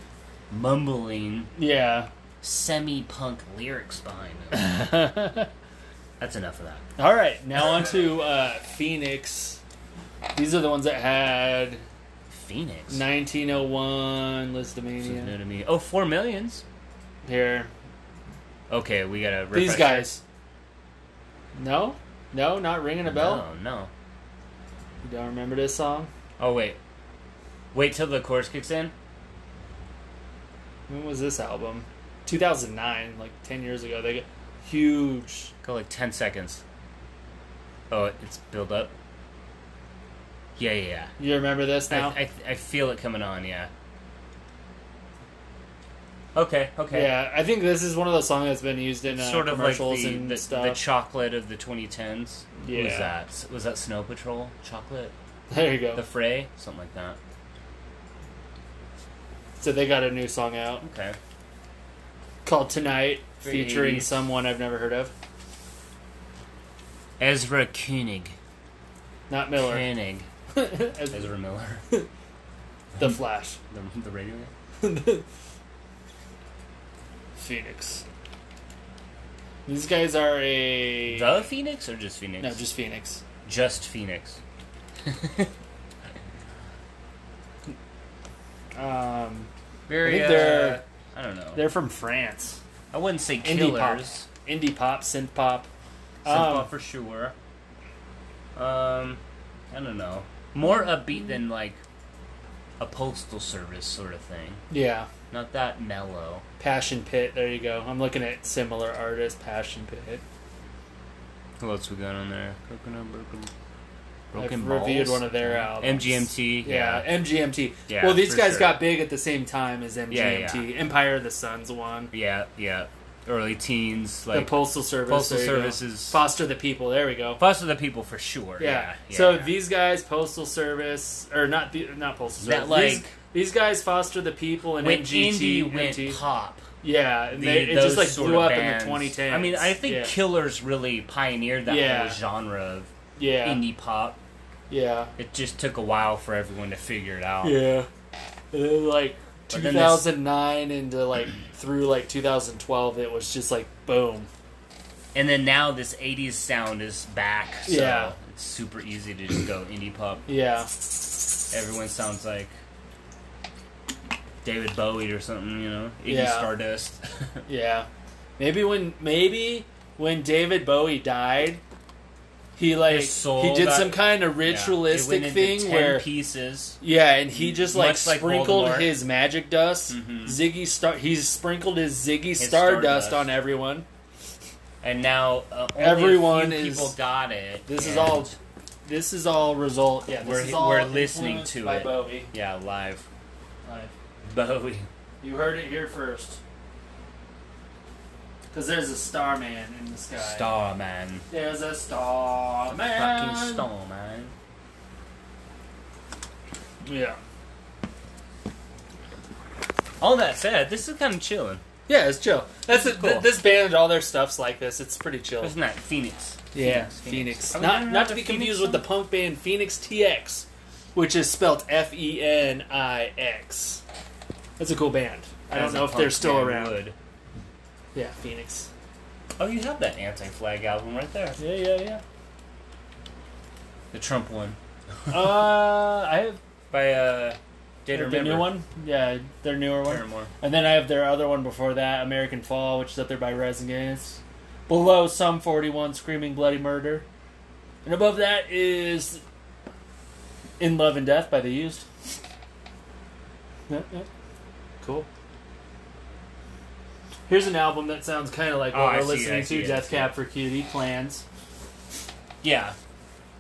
mumbling Yeah. semi punk lyrics behind them. That's enough of that. All right, now on to uh, Phoenix. These are the ones that had Phoenix. 1901 This is Listomania. new to me. Oh, four millions. Here, Okay, we gotta. Refresh. these guys. No, no, not ringing a bell. No, no. You don't remember this song? Oh wait. Wait till the chorus kicks in. When was this album? 2009, like 10 years ago. They got huge. Go like ten seconds. Oh, it's build up. Yeah, yeah. You remember this yeah. now? I, I I feel it coming on. Yeah. Okay. Okay. Yeah, I think this is one of those songs that's been used in uh, sort of like commercials the, and the, stuff. the chocolate of the 2010s. What was Yeah. Oh. that? Was that Snow Patrol? Chocolate? there you go. The Fray? Something like that. so they got a new song out Okay. called Tonight, Very featuring 80s. someone I've never heard of. Ezra Koenig. Not Miller. Koenig. As Ezra Miller. the Flash. the, the radio. guy? Phoenix. These guys are a The Phoenix or just Phoenix? no, just Phoenix. Just Phoenix. Um, Very. I think uh, they're- I don't know. they're from France. I wouldn't say Indie pop. killers. Indie pop, synth pop. Simple Um, for sure. Um, I don't know. More upbeat than like a postal service sort of thing. Yeah, Not that mellow. Passion Pit. There you go. I'm looking at similar artists. Passion Pit. What else we got on there? Coconut broken. I've reviewed one of their albums. MGMT. Yeah, MGMT. Yeah, well, these for guys sure. got big at the same time as MGMT. Yeah, Empire of the Sun's one. Yeah. Yeah. Early teens, the like Postal Service. Postal there you go. Service is- Foster the People. There we go. Plus of the people for sure. Yeah. Yeah. yeah, so yeah. these guys, Postal Service, or not the not Postal Service. That, these, like- these guys, Foster the People and when MGT. indie went MT. pop, yeah, and the, they, it just those like sort blew of up bands. in the 2010s. I mean, I think yeah. Killers really pioneered that Yeah. whole genre of yeah, indie pop. yeah, It just took a while for everyone to figure it out. yeah. And then, like But then this- 2009 into like through like 2012, it was just like boom. And then now this 80s sound is back. So Yeah. It's super easy to just go indie pop. Yeah, Everyone sounds like David Bowie or something, you know? Iggy Yeah. Stardust. yeah. Maybe when maybe when David Bowie died. He like His soul he did got- some kind of ritualistic yeah. It went into thing 10 where pieces. Yeah, and he just like Much like sprinkled Voldemort. his magic dust. Mhm. Ziggy Star. He's sprinkled his Ziggy His Stardust Stardust. on everyone. And now uh, only Everyone a few is- people got it. This is and- all. This is all result. Yeah, this We're- is all we're listening influenced to by it. Bowie. Yeah, live. Like, Bowie. You heard it here first. Because there's a star man in the sky. Star man. There's a star man. Fucking star man. Yeah. All that said, this is kind of chilling. Yeah, it's chill. That's This is it. cool. th- this band and all their stuff's like this. It's pretty chill. Isn't that Phoenix? yeah, Phoenix. Are we Not doing not to another be Phoenix confused with song? the punk band Phoenix TX, which is spelled F E N I X. That's a cool band. I As don't a know if punk they're still band around. would. Yeah, Phoenix. Oh, you have that anti-flag album right there. Yeah, yeah, The Trump one yeah. uh, I have by uh, Data their new one. Yeah, their newer one. Paramore. And then I have their other one before that, American Fall, which is up there by Rise Against. Below Sum 41, Screaming Bloody Murder. And above that is In Love and Death by The Used. Yeah, yeah. Cool. Here's an album that sounds kind of like Oh, what I we're see, I listening see, to I Death see. Cab for Cutie, Plans. Yeah,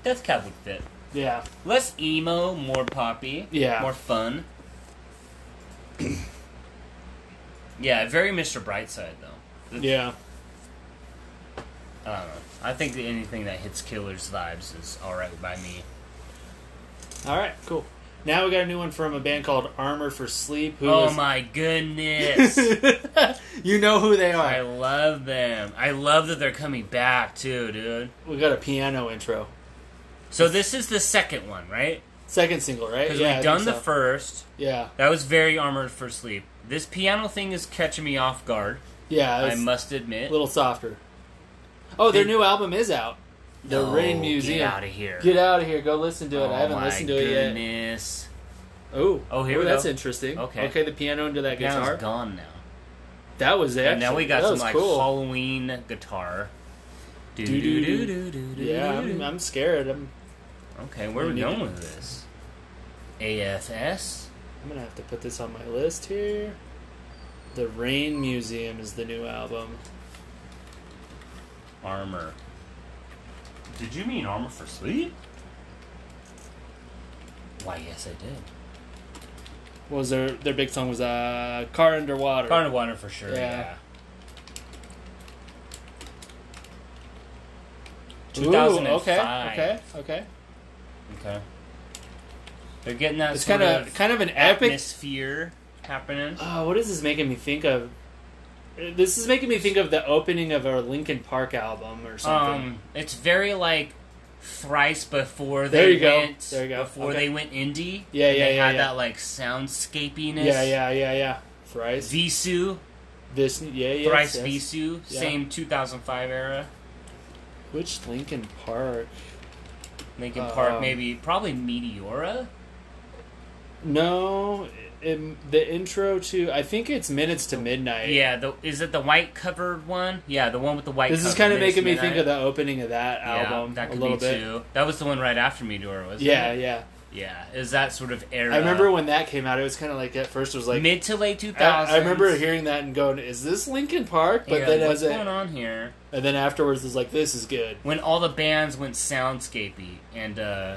Death Cab would fit. Yeah. Less emo, more poppy. Yeah. More fun. yeah, very Mr. Brightside though. Yeah. I don't know. I think that anything that hits Killer's vibes is all right by me. All right, cool. Now we got a new one from a band called Armor for Sleep. Who oh is- my goodness. you know who they I are. love them. I love that they're coming back too, dude. We got a piano intro. So this is the second one, right? Second single, right? Because I we've done think the so. first. Yeah, That was very armored for sleep. This piano thing is catching me off guard. yeah. I It's must a admit. little softer. Oh, their They- new album is out. The No, Rain Museum. Oh, Get out of here. Get out of here. Go listen to it. Oh I haven't my listened to it yet. goodness. Oh, Oh, here oh, we that's go. interesting. Okay. Okay, the piano into that Guitar's guitar. gone now. That was it. and now we that got some was like cool. Halloween guitar. Do do do do do do. Yeah, I'm, I'm scared. I'm Okay, where are we We need going to- with this? AFS. I'm gonna have to put this on my list here. The Rain Museum is the new album. armor. Did you mean armor for sleep? Why, yes, I did. What was their their big song was uh Car Underwater. Garden water for sure. Yeah. Yeah. Ooh, 2005. Okay, okay, okay. Okay. They're getting that It's sort kind of, of kind of an epic. atmosphere happening. Uh, what is this making me think of? This is making me think of the opening of our Linkin Park album or something. Um, it's very like thrice before they There you go. went There you go. before Okay. they went indie. Yeah, and yeah, They yeah, had yeah. that like soundscapiness. yeah, yeah, yeah, yeah. Thrice. Visu, this. Yeah, yeah. thrice yes. Visu, Yeah. same 2005 era. Which Linkin Park? Lincoln Park, Um, maybe probably Meteora. No, it, the intro to I think it's Minutes to Midnight. Yeah, the, is it the white covered one? Yeah, the one with the white. This is cover, kind of Miss making me think Midnight. of the opening of that Yeah, album that could a little be bit. too. That was the one right after Meteora, wasn't Yeah, it? yeah. Yeah, yeah. Is that sort of era? I remember when that came out. It was kind of like at first it was like mid to late I, 2000s. I remember hearing that and going, "Is this Linkin Park?" But Yeah, then what's as it going on here? and then afterwards it's like, "This is good." When all the bands went soundscapey and uh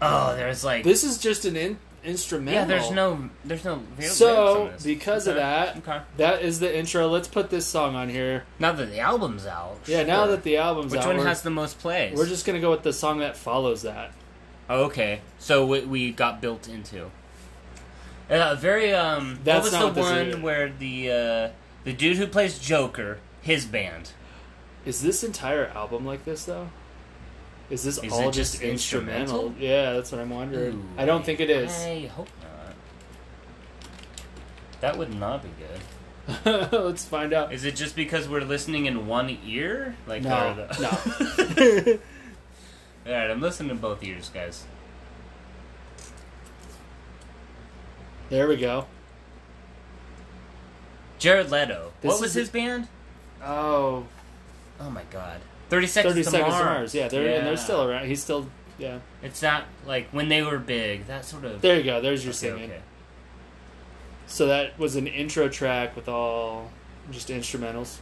oh, there's like This is just an in- instrumental. yeah, there's no there's no real lyrics on So this. because of Okay, that, okay. that is the intro. Let's put this song on here. Now that the album's out, Yeah, now sure. that the album's which out, one we're, has the most plays? we're just gonna go with the song that follows that. Oh, okay, so what we got built into. Uh, very um. That's what was not the what this one is. where the uh, the dude who plays Joker, his band, Is this entire album like this though? Is this Is all it just, just instrumental? instrumental? Yeah, that's what I'm wondering. Ooh, I don't think it is. I hope not. That would not be good. Let's find out. Is it just because we're listening in one ear? Like No, or the- no. All right, I'm listening in both ears, guys. there we go. Jared Leto. This what was is his a- band? Oh, Oh my God. Thirty seconds. 30 to Seconds Mars. to Mars. Yeah, they're and Yeah. they're still around. He's still yeah. It's not like when they were big. That sort of. There you go. There's your Okay, singing. okay. So that was an intro track with all just instrumentals.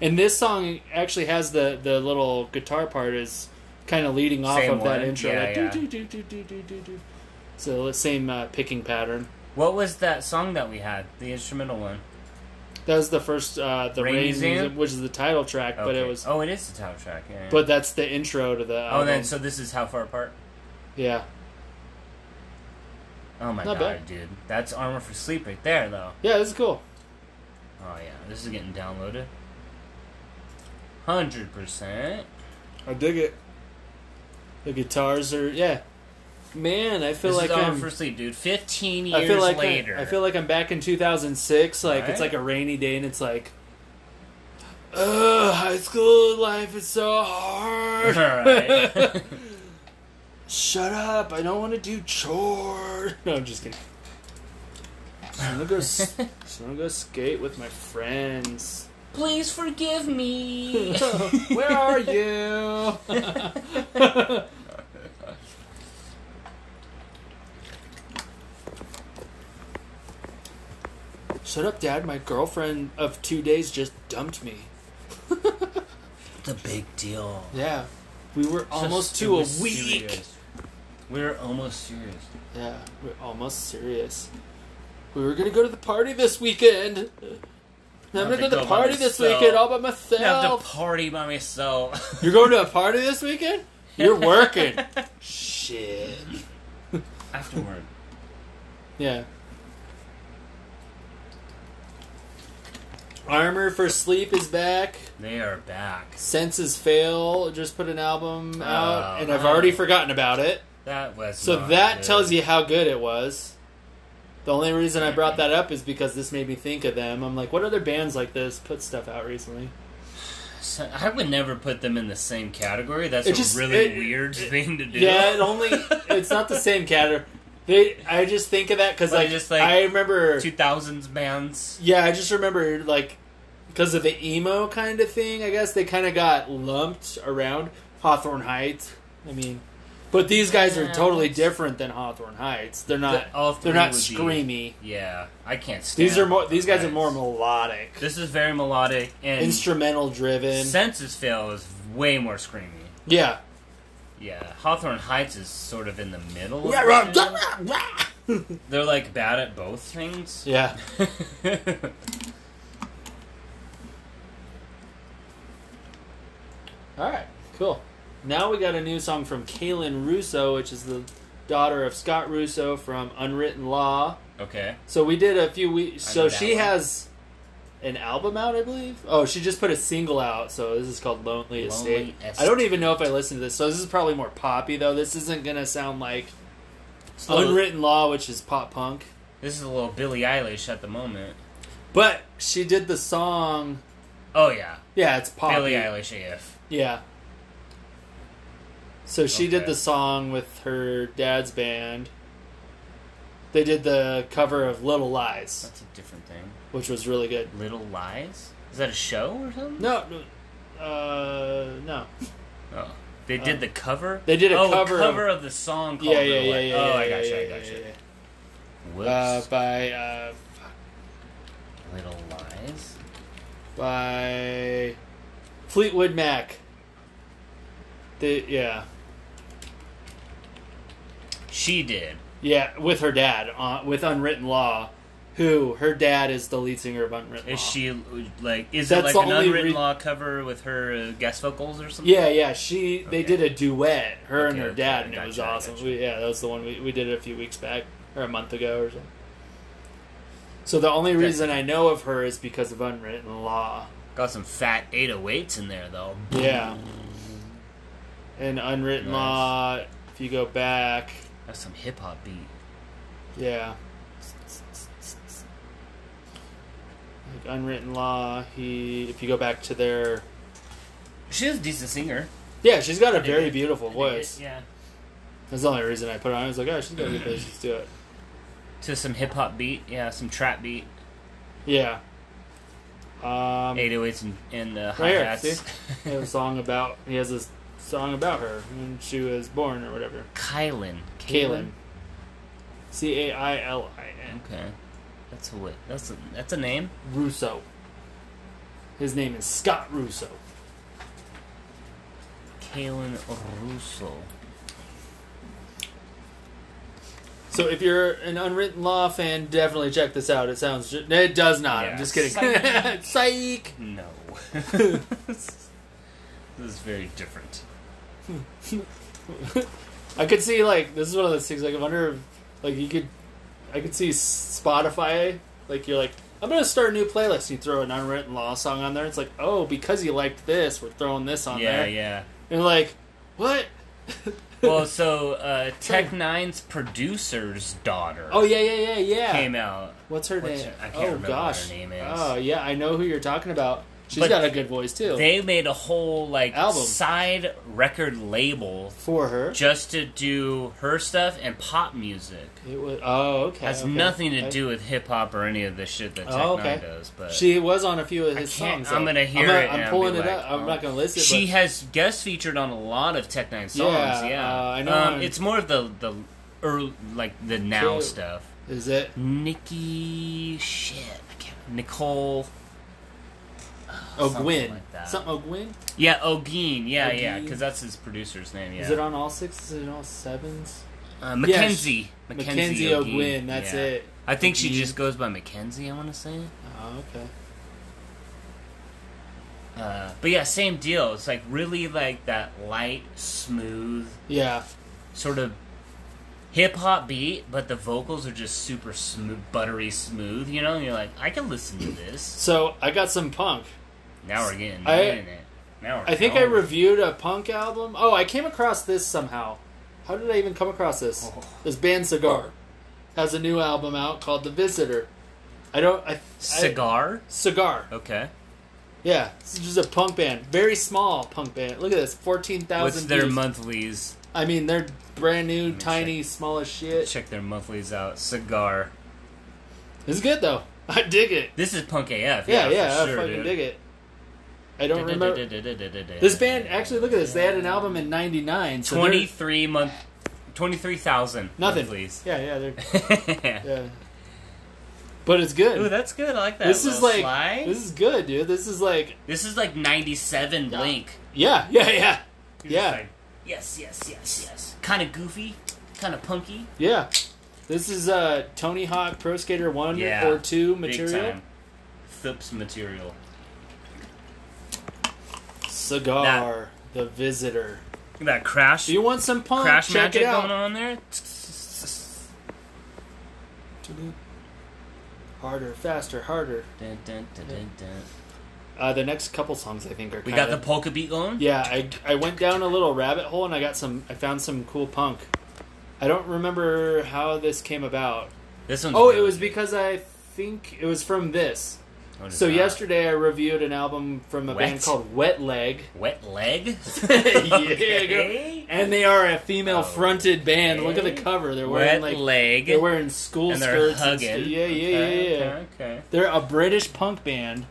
And this song actually has the the little guitar part is kind of leading off Same of that one. intro. Yeah, like, yeah. do, do, do, do, do, do, do, do. So the same uh, picking pattern. What was that song that we had? The instrumental one. That was the first uh, the Rain rain, Museum? Museum, which is the title track, but it Okay. was Oh, it is the title track. Yeah. yeah. but that's the intro to the oh, album. then so this is how far apart. yeah. Oh my Not god, bad. dude, that's armor for sleep right there, though. Yeah, this is cool. Oh yeah, this is getting downloaded. Hundred percent. I dig it. The guitars are yeah. Man, I feel This like is armor I'm for sleep, dude. Fifteen years I feel like I- later. I, feel like I'm back in 2006. Like Right? it's like a rainy day, and it's like, Ugh, high school life is so hard. Alright. Shut up! I don't want to do chores. No, I'm just kidding. Just wanna go. s- just wanna go skate with my friends. Please forgive me. Where are you? Shut up, Dad. My girlfriend of two days just dumped me. the big deal. Yeah. We were almost Just- it to a week. was serious. We were almost serious. Yeah, we're almost serious. We were gonna go to the party this weekend. I'm gonna go to to go the by party this myself. weekend all by I have to myself. party by myself. You're going to a party this weekend? You're working. Shit. Afterward. Yeah. Armor for Sleep is back. They are back. Senses Fail just put an album out, Oh, and I've already nice. forgotten about it. That was So not that good. tells you how good it was. The only reason I brought that up is because this made me think of them. I'm like, what other bands like this put stuff out recently? So- I would never put them in the same category. That's It a just- really it- weird thing to do. Yeah, it only it's not the same category. They, I just think of that because But like, just, like, I remember. two thousands bands. yeah, I just remember like because of the emo kind of thing. I guess they kind of got lumped around Hawthorne Heights. I mean, but these guys are Yeah, totally that's- different than Hawthorne Heights. They're not. The- all three they're not would be- screamy. Yeah, I can't stand. These are more. These guys are Nice. more melodic. This is very melodic and instrumental driven. Census Fail is way more screamy. yeah. Yeah, Hawthorne Heights is sort of in the middle. Of the two. yeah. They're like bad at both things. All right. Cool. Now we got a new song from Kaylin Russo, which is the daughter of Scott Russo from Unwritten Law. okay. So we did a few weeks. I So know that she one. has an album out, I believe. Oh, she just put a single out. So this is called Lonely, Estate. Lonely Estate. I don't even know if I listened to this. So this is probably more poppy though. This isn't gonna sound like It's a little- Unwritten Law, which is pop punk. This is a little Billie Eilish at the moment. But she did the song. Oh yeah, Yeah, it's pop. Billie Eilish AF. Yeah. So she did Okay. the song with her dad's band. They did the cover of Little Lies, That's a different thing. which was really good. Little Lies? Is that a show or something? No, no, uh, no. Oh. They did Oh. the cover. They did a oh, cover of- of, the song called Yeah, yeah, Little yeah, Lies. yeah. Oh, yeah, I yeah, gotcha, yeah, I yeah, gotcha. yeah, Whoops. yeah. Uh, by uh, Little Lies. by Fleetwood Mac. They, yeah, She did. yeah, with her dad uh, with Unwritten Law, who her dad is the lead singer of Unwritten Law. Is she like? Is That's it the like an only unwritten re- law cover with her uh, guest vocals or something? Yeah, yeah. She they Okay. did a duet, her and Okay, her okay, dad, and gotcha, it was I awesome. gotcha. We, yeah, that was the one we, we did it a few weeks back or a month ago or something. So the only Okay. reason I know of her is because of unwritten law. Got some fat 808s in there though. Yeah. And unwritten Nice. law, if you go back, That's some hip hop beat. yeah. Like unwritten law, he if you go back to their She's a decent singer. Yeah, she's got a dig very it. beautiful voice. Yeah. That's the only reason I put it on. I was like, oh, she's got a good voice. Let's do it. To some hip hop beat. Yeah. Some trap beat. Yeah. Um, he 808s and, and the hi Right here, hats. see? has a song about he has this song about her when she was born or whatever. Kylan. Kaylin. C A I L I N. Okay, that's a wi- that's a that's a name. Russo. His name is Scott Russo. Kalen Russo. So if you're an unwritten law fan, definitely check this out. It sounds ju- it does not. I'm Yeah. just kidding. Psych. Psych. No. this is very different. I could see like this is one of those things. Like I wonder, if, like you could, I could see Spotify. Like you're like, I'm gonna start a new playlist. You throw an unwritten law song on there. It's like, oh, because you liked this, we're throwing this on yeah, there. yeah. And like, what? Well, so uh, Tech Nine's producer's daughter Oh yeah, yeah, yeah, yeah. came out. What's her What's name? her- I can't oh remember what gosh. her name is. Oh yeah, I know who you're talking about. She's But got a good voice too. They made a whole like Album. side record label For her, just to do her stuff and pop music. it was. Oh okay. Has okay. nothing to I- do with hip hop or any of the shit that Tech Oh, okay. Nine does. But She was on a few of I his can't- songs. I'm though. gonna hear not- it and I'm I'll pulling be it like, up. I'm oh. not gonna listen. She but- has guest featured on a lot of Tech Nine songs. Yeah, Yeah, uh, I know I'm- Um, it's more of the the early, like the now Cool. stuff. Is it? Nikki, shit, I can't, Nicole. Oh, Something Gwyn. like that. Something oh Gwyn. Yeah, O'Geen. Yeah, yeah, O'Geen. because that's his producer's name. Yeah, Is it on all sixes? Is it all sevens? uh, Mackenzie. Mackenzie O'Gwen. That's yeah. it. I think she O'Geen. just goes by Mackenzie. I want to say. Oh, okay. Uh, but yeah, same deal. It's like really like that light, smooth Yeah. sort of hip hop beat, but the vocals are just super smooth, buttery smooth. You know, and you're like, I can listen to this. So I got some punk. Now we're getting I- in it. Now we're I think I going. reviewed a punk album. Oh, I came across this somehow. How did I even come across this? Oh. This band Cigar has a new album out called The Visitor. I don't. I, I- cigar. Cigar. Okay. Yeah, this is just a punk band. Very small punk band. Look at this, fourteen What's thousand. their monthlies? I mean, they're brand new, me tiny, small as shit. Check their monthlies out. Cigar. It's good though. I dig it. This is punk AF. Yeah, Yeah, yeah, for I sure, fucking dude. dig it. I don't remember this band. Actually, look at this. They had an album in '99. So they're- Twenty-three month, twenty-three thousand. nothing. please. Yeah, yeah, they're, yeah. But it's good. Ooh, that's good. I like that. this is like little slide. this is good, dude. This is like This is like 97 Blink. yeah, yeah, yeah, You're just Yeah. like, yes, yes, yes, yes. Kind of goofy, kind of punky. yeah. This is uh Tony Hawk Pro Skater One Yeah. or Two Big material. time. Thups material. Cigar, The Visitor. That crash, Do you want some punk? crash Check magic it out. going on there. Harder, faster, harder. Dun, dun, dun, dun, dun. Uh, the next couple songs I think are. We kinda, got the polka beat going. Yeah, I I went down a little rabbit hole and I got some. I found some cool punk. I don't remember how this came about. This one's Oh, it really was good. because I think it was from this. What Oh, is So that? yesterday I reviewed an album from a band Wet? called Wet Leg. Wet leg? Okay. And they are a female fronted band. Look at the Okay. cover. They're wearing Oh. Wet like leg. they're wearing school and they're skirts. hugging. And stu- yeah, yeah, Okay, yeah, yeah. Okay, okay. They're a British punk band.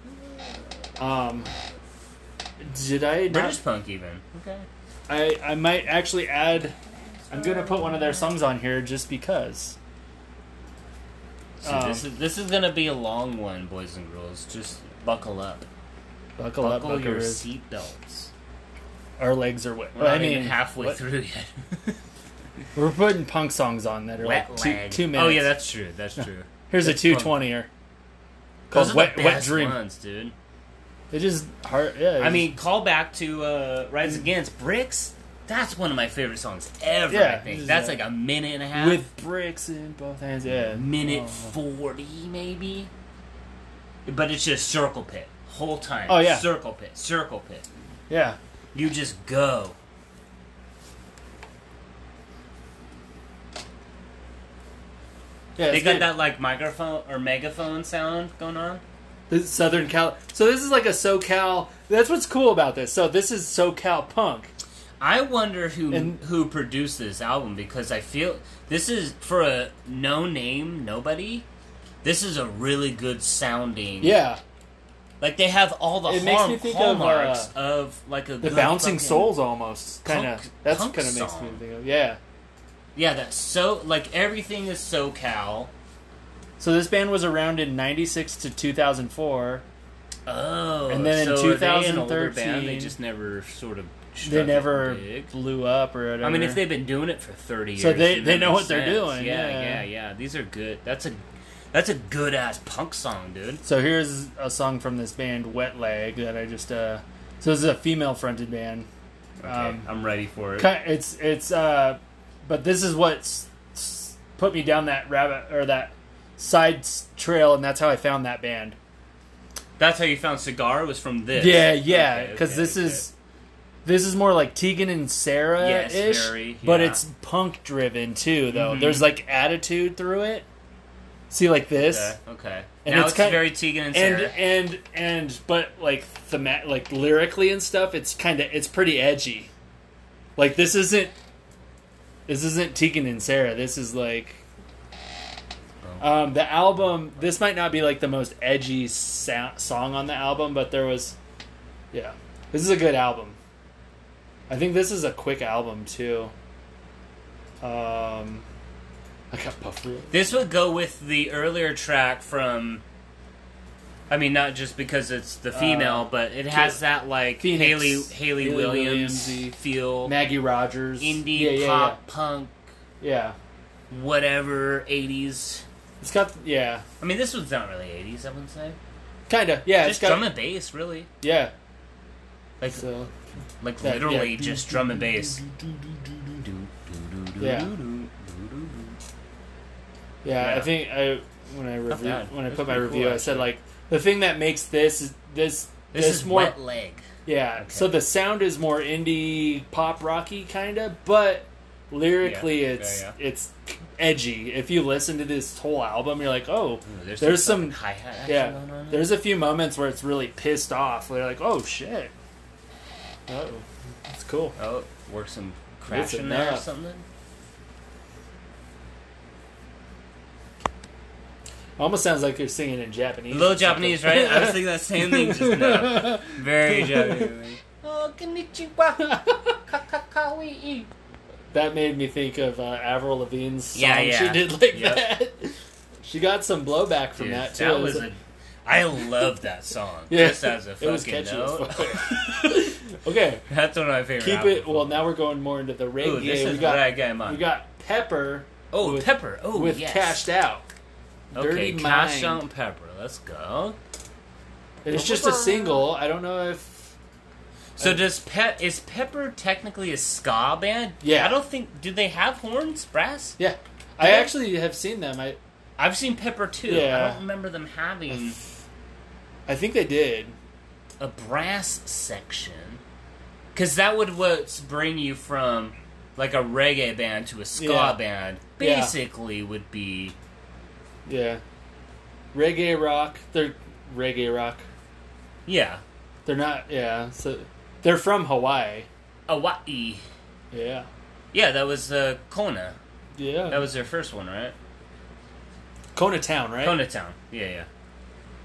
Um, did I? Not, British punk, even. Okay. I I might actually add. I'm gonna put one of their songs on here just because. So Um, this is this is gonna be a long one, boys and girls. Just buckle up. Buckle up, Buckle your buckaroos. seatbelts. Our legs are wet. We're Well, not I mean, even halfway what- through yet. We're putting punk songs on that are Wet like two, leg. two minutes. Oh yeah, that's true. That's true. Here's a that's punk. 220er Those called are Wet the Wet best Dream. ones, dude. It Mm. is hard. Yeah. it's- I mean, call back to uh, Rise Against Bricks. That's one of my favorite songs ever. Yeah, I think this is that's a- like a minute and a half. with bricks in both hands. Yeah. minute Oh. forty, maybe. But it's just circle pit whole time. Oh, yeah. circle pit, circle pit. Yeah. You just go. Yeah. they it's got good. that like microphone or megaphone sound going on. This is Southern Cal. So this is like a SoCal. That's what's cool about this. So this is SoCal punk. I wonder who And- who produced this album because I feel this is for a no name nobody. This is a really good sounding. Yeah. like they have all the It makes hall- me think of, hallmarks of, uh, like a The good bouncing fucking- souls almost kind of. punk- That's punk kind of makes me song. think of. Yeah. Yeah, that's so like everything is SoCal. So this band was around in '96 to 2004. Oh, And then in so are they an older 2013 band? they just never sort of They struck it never big? blew up or whatever. I mean, if they've been doing it for thirty years, So they- then they that know makes what they're sense. doing, Yeah, yeah. yeah, yeah. These are good. That's a that's a good ass punk song, dude. So here's a song from this band Wet Leg that I just uh so this is a female fronted band. Okay, Um, I'm ready for it. Ki- It's it's uh but this is what's s- put me down that rabbit or that side s- trail and that's how I found that band. That's how you found Cigar was from this. Yeah, yeah, Okay, cuz okay, this okay. is this is more like Tegan and Sarah ish, Yes, very, but yeah. it's punk driven too though. Mhm. There's like attitude through it. See like this. okay. okay. And now it's it's, kind- very Tegan and and Sarah. and and but like the like lyrically and stuff it's kind of it's pretty edgy like this isn't this isn't tegan and sarah this is like um the album this might not be like the most edgy so- song on the album but there was yeah this is a good album i think this is a quick album too um i got puffed real This would go with the earlier track from. I mean, not just because it's the female, but it has that Uh, like Phoenix. Haley Haley Haley Williams Williams-y. feel, maggie rogers indie Yeah, yeah, pop punk, yeah, yeah. whatever '80s. It's got yeah, I mean, this one's not really '80s. I wouldn't say. kind of yeah. just it's got drum and bass, really. yeah. Like, So like that- literally, yeah. just drum and bass. Yeah. yeah, I Yeah. think I when I review, bad. when I That's put my pretty review, cool, I said actually. like the thing that makes this is this This is more wet leg. yeah. So the sound is more indie pop rocky kind of, but lyrically Yeah, it's yeah, it's edgy. If you listen to this whole album, you're like oh. Ooh, There's, There's some- hi hat. Yeah, there's a few moments where it's really pissed off. They're like, "Oh shit, oh, it's cool." Oh, work some crash Listen in there or up. something. Almost sounds like you're singing in Japanese. A or little something. Japanese, right? I was thinking that same thing just now. Very Japanese. Oh, konnichiwa. Kakakawii. That made me think of uh, Avril Lavigne's song Yeah, yeah. she did like Yep. that. She got some blowback from Dude, that too. that was a. I love that song. Yeah. Just as a It fucking was catchy as note. fuck. okay, That's one of my favorite. keep albums. it. Well, now we're going more into the reggae. Ooh, this we is got what I got in mind. we got Pepper oh, with- Pepper. Oh, with yes. Cashed Out. Okay, Dirty Cash Mind. Out and Pepper. Let's go. And It's just a single. I don't know if Uh, So does Pep is Pepper technically a ska band? Yeah. I don't think do they have horns, brass? yeah. I actually have seen them. I I've seen Pepper too. I Yeah. don't remember them having I think they did. a brass section. Cause that would what's bring you from like a reggae band to a ska Yeah. band. Yeah. Basically would be Yeah, reggae rock. They're reggae rock. yeah. They're not. Yeah. So they're from Hawaii. Hawaii. Yeah. Yeah, that was uh, Kona. Yeah. That was their first one, right? Kona Town, right? Kona Town. Yeah, yeah.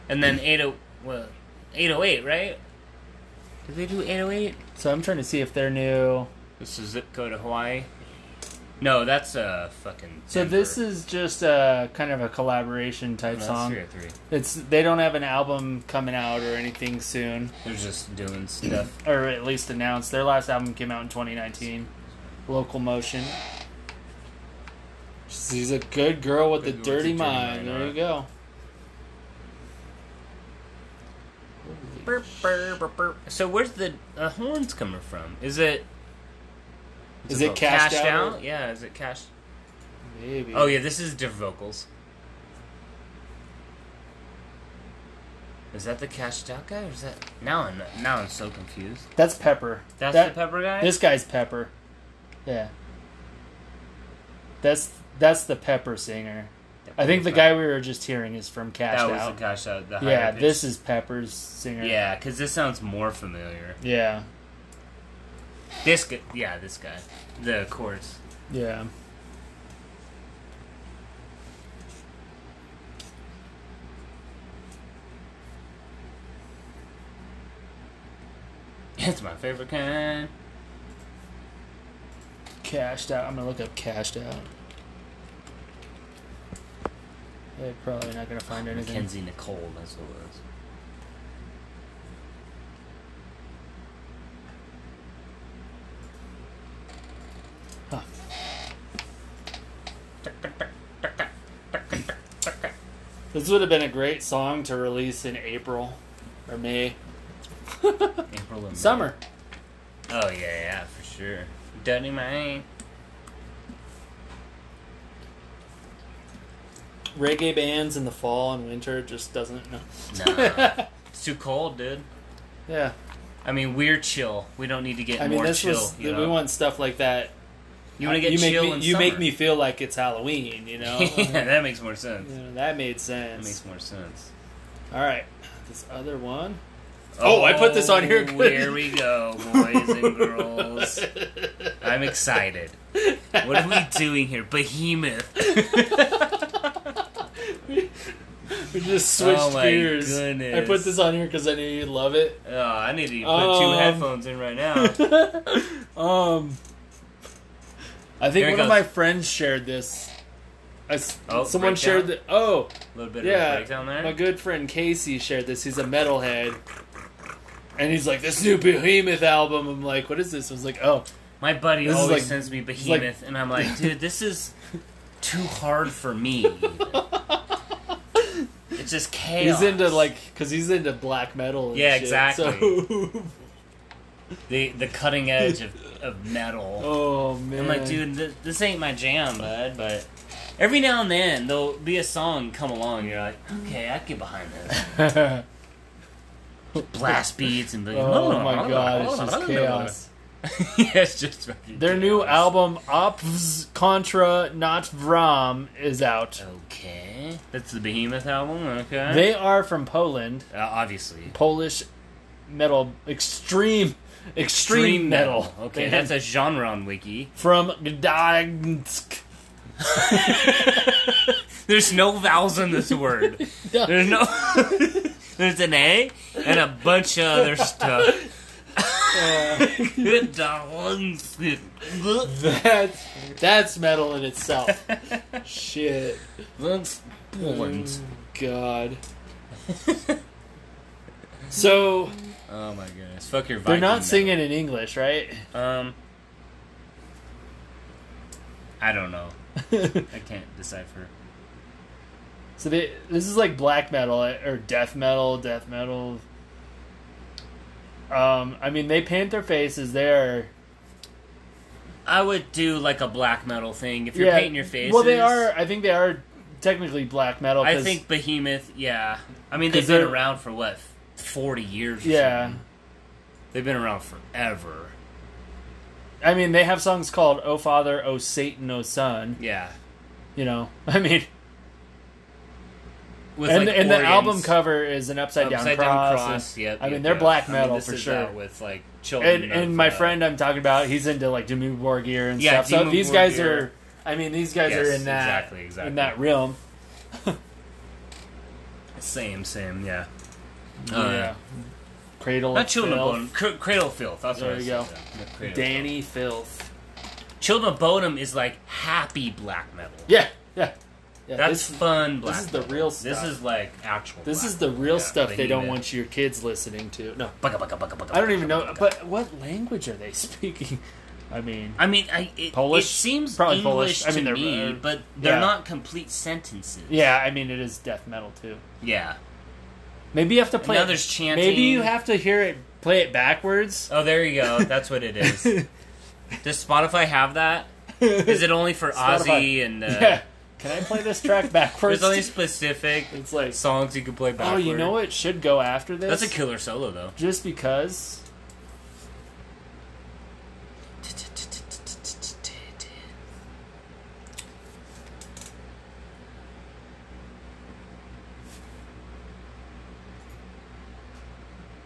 And then oh, 80, well, 808, right? Did they do 808? So I'm trying to see if they're new. This is zip code of Hawaii. No, that's uh fucking. So this is just a kind of a collaboration type song. three. It's they don't have an album coming out or anything soon, They're just doing stuff. or at least announced. Their last album came out in 2019. Local Motion. She's a good girl with a Good girl with dirty a dirty mind. mind, There you huh? go. Burp, burp, burp, burp. So where's the uh, horns coming from? Is it? Is it called cashed out? Yeah. Is it cashed? Maybe. Oh yeah, this is diff vocals. Is that the cashed out guy, or is that now? I'm now I'm so confused. That's Pepper. That's That- the pepper guy. This guy's Pepper. Yeah. That's that's the Pepper singer. I think the guy we were just hearing is from Cash that was Out. the cashed out. The yeah, higher this pitch. is Pepper's singer. Yeah, because this sounds more familiar. Yeah. This guy, yeah, this guy, the chords. Yeah. It's my favorite kind. Cashed out. I'm gonna look up cashed out. They're probably not gonna find anything. Mackenzie Nicole, that's what it was. This would have been a great song to release in April or May. April and Summer. May. Oh yeah, yeah, for sure. Dynamite. Reggae bands in the fall and winter just doesn't. No. Nah. It's too cold, dude. yeah. I mean, we're chill. We don't need to get I mean, more this chill. was. you We know? want stuff like that. you want to get you chill Make in me, you summer. make me feel like it's Halloween, you know? yeah, that makes more sense. You know, that made That sense. makes more sense. All right. This other one. Oh, I put this on here. Oh, Here we go, boys and girls. I'm excited. What are we doing here? Behemoth. We just switched Oh my gears. goodness. I put this on here because I knew you'd love it. Oh, I need to put two Um, headphones in right now. um, I think Here it one goes. of my friends shared this. I s Oh, someone breakdown. shared the. Oh, A little bit of a yeah, breakdown there. my good friend Casey shared this. He's a metalhead, and he's like, "This new Behemoth album." I'm like, "What is this?" I was like, "Oh, My buddy This is like- always sends me is like- Behemoth, and I'm like, dude, this is too hard for me. even." it's just chaos. he's into like because he's into black metal." And Yeah, shit, exactly. so- the the cutting edge of, of metal. oh man, I'm like, dude, this, this ain't my jam, bud. But every now and then there'll be a song come along, and you're like, okay, I can get behind this. oh Blast beats and my god, it's just chaos. yeah, it's just fucking Their new chaos. album Ops Contra Not Vram is out. Okay, that's the Behemoth album. Okay, They are from Poland. uh, obviously Polish metal extreme extreme, metal. Okay, They that's have- a genre on Wiki. from Gdańsk. There's no vowels in this word. There's no. There's an A and a bunch of other stuff. Good darling. That's that's metal in itself. Shit. Poland. God. So Oh my goodness! Fuck your. they're Viking not metal. singing in English, right? Um. I don't know. I can't decipher. So they, this is like black metal eh, or death metal, death metal. Um, I mean, they paint their faces. They're I would do like a black metal thing if you're yeah. painting your face. Well, they are. I think they are technically black metal. I 'cause- think Behemoth, yeah. I mean, they've 'Cause been they're- around for what, 40 years? Or Yeah, something? They've been around forever. I mean, they have songs called "Oh Father, Oh Satan, Oh Son." Yeah. You know, I mean, With and like, and the Orion's album cover is an upside down upside cross. down cross. uh, and- Yep, I mean, yep, they're yep. black I mean, metal this for is sure. out with like children. and of, and my uh, friend I'm talking about, he's into like Dimmu Borgir and Yeah, stuff. So Dimmu these guys Borgir. are. I mean, these guys Yes, are in that exactly, exactly. in that realm. Same, same, yeah. Uh, Oh, yeah. Cradle. Not of Children Filth. of Bodom. Cr- Cradle of Filth. That's There what I you said, go. yeah. Yeah, Cradle of Danny Filth. Filth. Children of Bodom is like happy black metal. Yeah, yeah, yeah. That's this, fun black this is the metal. real This stuff. is like actual this black is the real Yeah, stuff they don't Behemoth. want your kids listening to. No, Bugga, bugga, bugga, bugga, I don't bugga, even know. bugga, bugga. But what language are they speaking? I mean, I mean, I, it, Polish? It seems Probably English Polish. I mean, to they're- me, uh, but they're yeah. not complete sentences. yeah, I mean it is death metal too. yeah. Maybe you have to play. now it- there's chanting. maybe you have to hear it. Play it backwards. Oh, there you go. That's what it is. Does Spotify have that? Is it only for Ozzy Spotify. and uh, yeah. Can I play this track backwards? there's only specific it's like. songs you can play Oh, backwards? you know what should go after this? That's a killer solo though. Just because.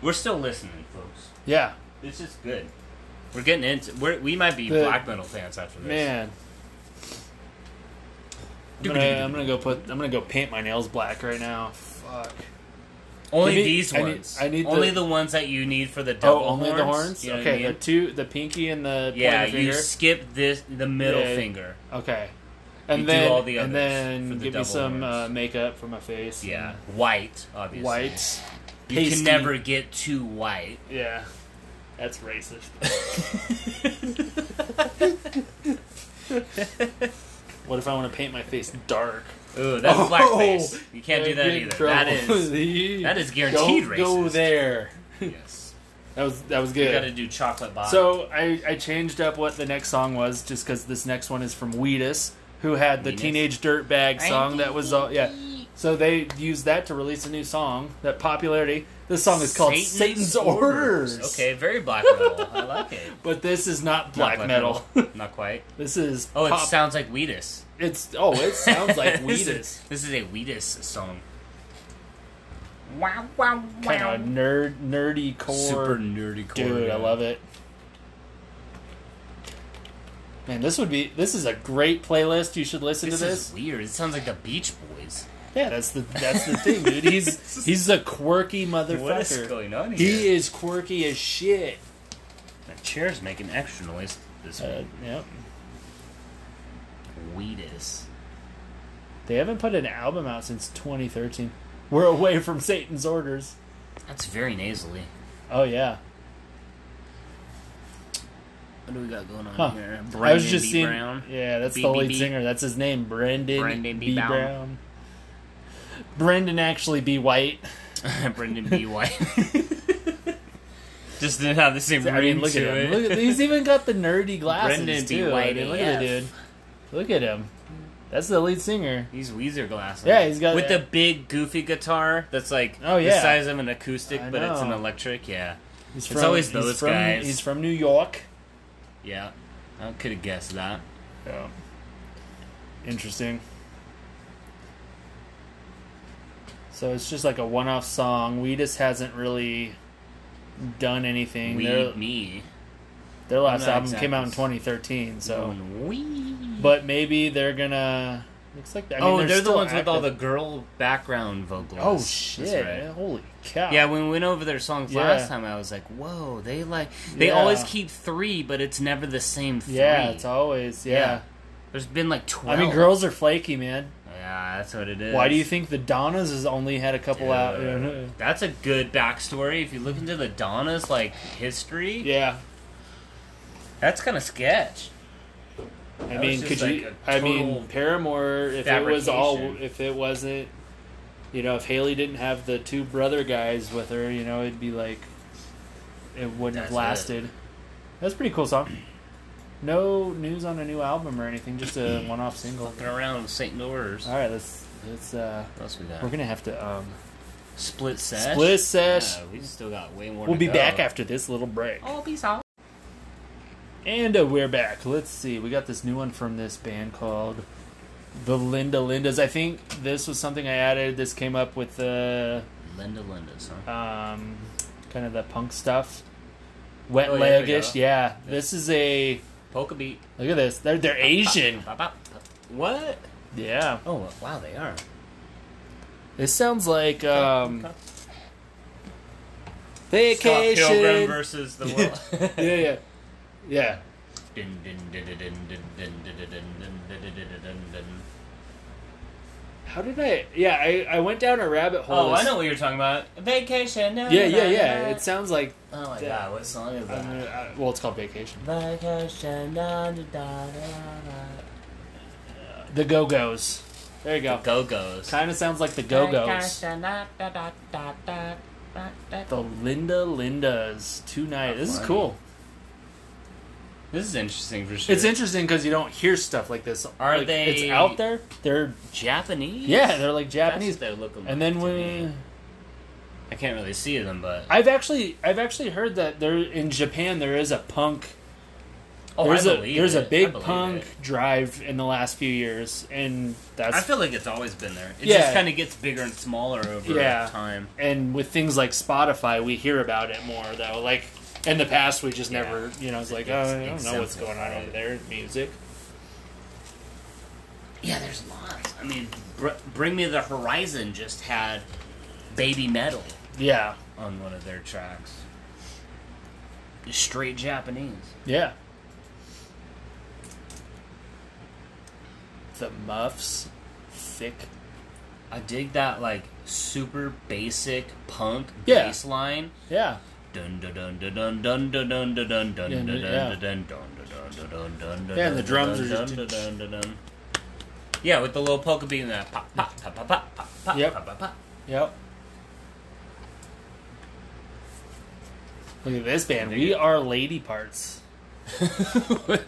We're still listening, folks. Yeah. This is good. We're getting into. We're, we might be The- black metal fans after this. Man. I'm gonna, I'm gonna go put. I'm gonna go paint my nails black right now. Fuck. Only Give me- these I need- ones. I need only the, the- ones that you need for the double Oh, only the horns. You know what I okay, mean? the two, the pinky and the yeah, pointer you finger. skip this the middle Yeah. finger. okay, and you do then all the and others then for the give me double some uh, horns. makeup for my face. Yeah, white obviously. white. You pasty. can never get too white. Yeah, that's racist. What if I want to paint my face dark? Ooh, that's Oh, blackface. You can't do that Get in either. trouble. That is that is guaranteed Don't go racist. there. yes. That was that was You got good. to do chocolate bob. So I, I changed up what the next song was just because this next one is from Wheatus, who had the Wheatus? Teenage Dirtbag song that was all yeah. So they used that to release a new song. That popularity. This song is called Satan's, Orders. Okay, very black metal. I like it. but this is not Not black, metal. Not quite. this is Oh, it pop- sounds like Wheatus. it's oh it sounds like This is- Wheatus. This is a Wheatus song. Wow, wow, kind of nerd nerdy core Super nerdy core. dude i love it man this would be this is a great playlist you should listen This to is this weird. It sounds like the Beach Boys. yeah that's the that's the thing dude he's he's a quirky motherfucker What is going on here? he is quirky as shit That chair's making extra noise this uh, week. yep Wheatus. they haven't put an album out since 2013 we're away from satan's orders That's very nasally. oh yeah What do we got going on Huh. here? I was just B. seeing. Brown. Yeah, that's B- the B- lead B. singer. That's his name, Brendan, Brendan B. B. Brown. Brown. Brendan actually be white. Brendan B. White. just didn't have the same I ring mean, look at to him. it. Look at, he's even got the nerdy glasses Brendan B. too. I White mean, look at the AF. dude. Look at him. That's the lead singer. These Weezer glasses. Yeah, he's got with that- the big goofy guitar that's like Oh, the yeah. size of an acoustic, I but it's an know. electric. Yeah, He's It's always those he's from, guys. He's from New York. yeah. I could have guessed that. Yeah. Interesting. So it's just like a one-off song. We just hasn't really done anything. They're- Weed me. Their last I'm not album exactly came out in s- 2013, so Going, "Wee." but maybe they're gonna. Looks like I mean, oh, they're, the still ones with all the active. girl background vocals. Oh That's shit! right. man, Holy cow! Yeah, when we went over their songs Yeah. last time, I was like, "Whoa, they like they Yeah. always keep three, but it's never the same three. yeah, it's always yeah. There's been like I twelve. mean, girls are flaky, man. Yeah, that's what it is. Why do you think the Donnas has only had a couple out? Dude, That's a good backstory. If you look into the Donna's like history, Yeah, that's kind of sketch. I That mean, was could just you? like a I total mean, Paramore. If it was all, fabrication. if it wasn't, you know, if Haley didn't have the two brother guys with her, you know, it'd be like, it wouldn't That's have it. lasted. That's a pretty cool song. No news on a new album or anything, just a one-off single. Fucking around with Saint Doors. All right, let's let's. Uh, What else we got? we're gonna have to um, Split sesh. split sesh. Yeah, we still got way more. We'll to be go. back after this little break. Oh, peace out. And uh, we're back. Let's see. We got this new one from this band called the Linda Lindas. I think this was something I added. This came up with the Linda, Linda's huh? um, kind of the punk stuff. Wet Oh, yeah, there we legish, go. yeah. This is a Polka beat. look at this. They're they're Asian. Bop, bop, bop. What? Yeah. Oh, wow, they are. This sounds like um, Scott Pilgrim vacation. versus the world. Yeah, yeah, yeah. Dun, dun, dun, dun, dun, dun, dun, dun, dun, dun, dun, dun, dun, dun, dun. How did I? Yeah, I I went down a rabbit hole. Oh, I This- know what you're talking about. Vacation. na, Yeah, na, yeah, na, yeah. na. It sounds like Oh my Yeah. god, what song is I that? mean, I- well, it's called Vacation. Vacation. na, da, da, da, da. Uh, The Go Go's. There you go. Go Go's. Kind of sounds like the Go Go's. The Linda Lindas two night. This is funny. cool. This is interesting for sure. It's interesting because you don't hear stuff like this. Are Like, they- It's out there. They're Japanese. yeah, they're like That's Japanese. what They're looking And like then to we, me. I can't really see them, but I've actually, I've actually heard that there in Japan there is a punk. oh, there's I a believe there's it. a I big believe punk it. drive in the last few years, and that's I feel like it's always been there. It Yeah. just kind of gets bigger and smaller over Yeah. time. and with things like Spotify, we hear about it more though. Like in the past, we just never, you know, it's like, oh, I don't know what's going on over there in music. Yeah, there's lots. I mean, Br- Bring Me the Horizon just had Baby Metal Yeah, on one of their tracks. Straight Japanese. yeah. The muffs, thick. I dig that like super basic punk Yeah. bass line. Yeah, Dun dun dun dun dun dun dun dun dun dun dun dun Yeah, dun yeah. dun dun dun dun dun dun dun dun dun Yeah, and the drums dun are just- dun dun dun dun. Yeah, with the little polka beat and that pop, pop, pop, pop, pop, pop, pop, Yep. pop, pop, pop. Yep. Look at this band. We are lady parts.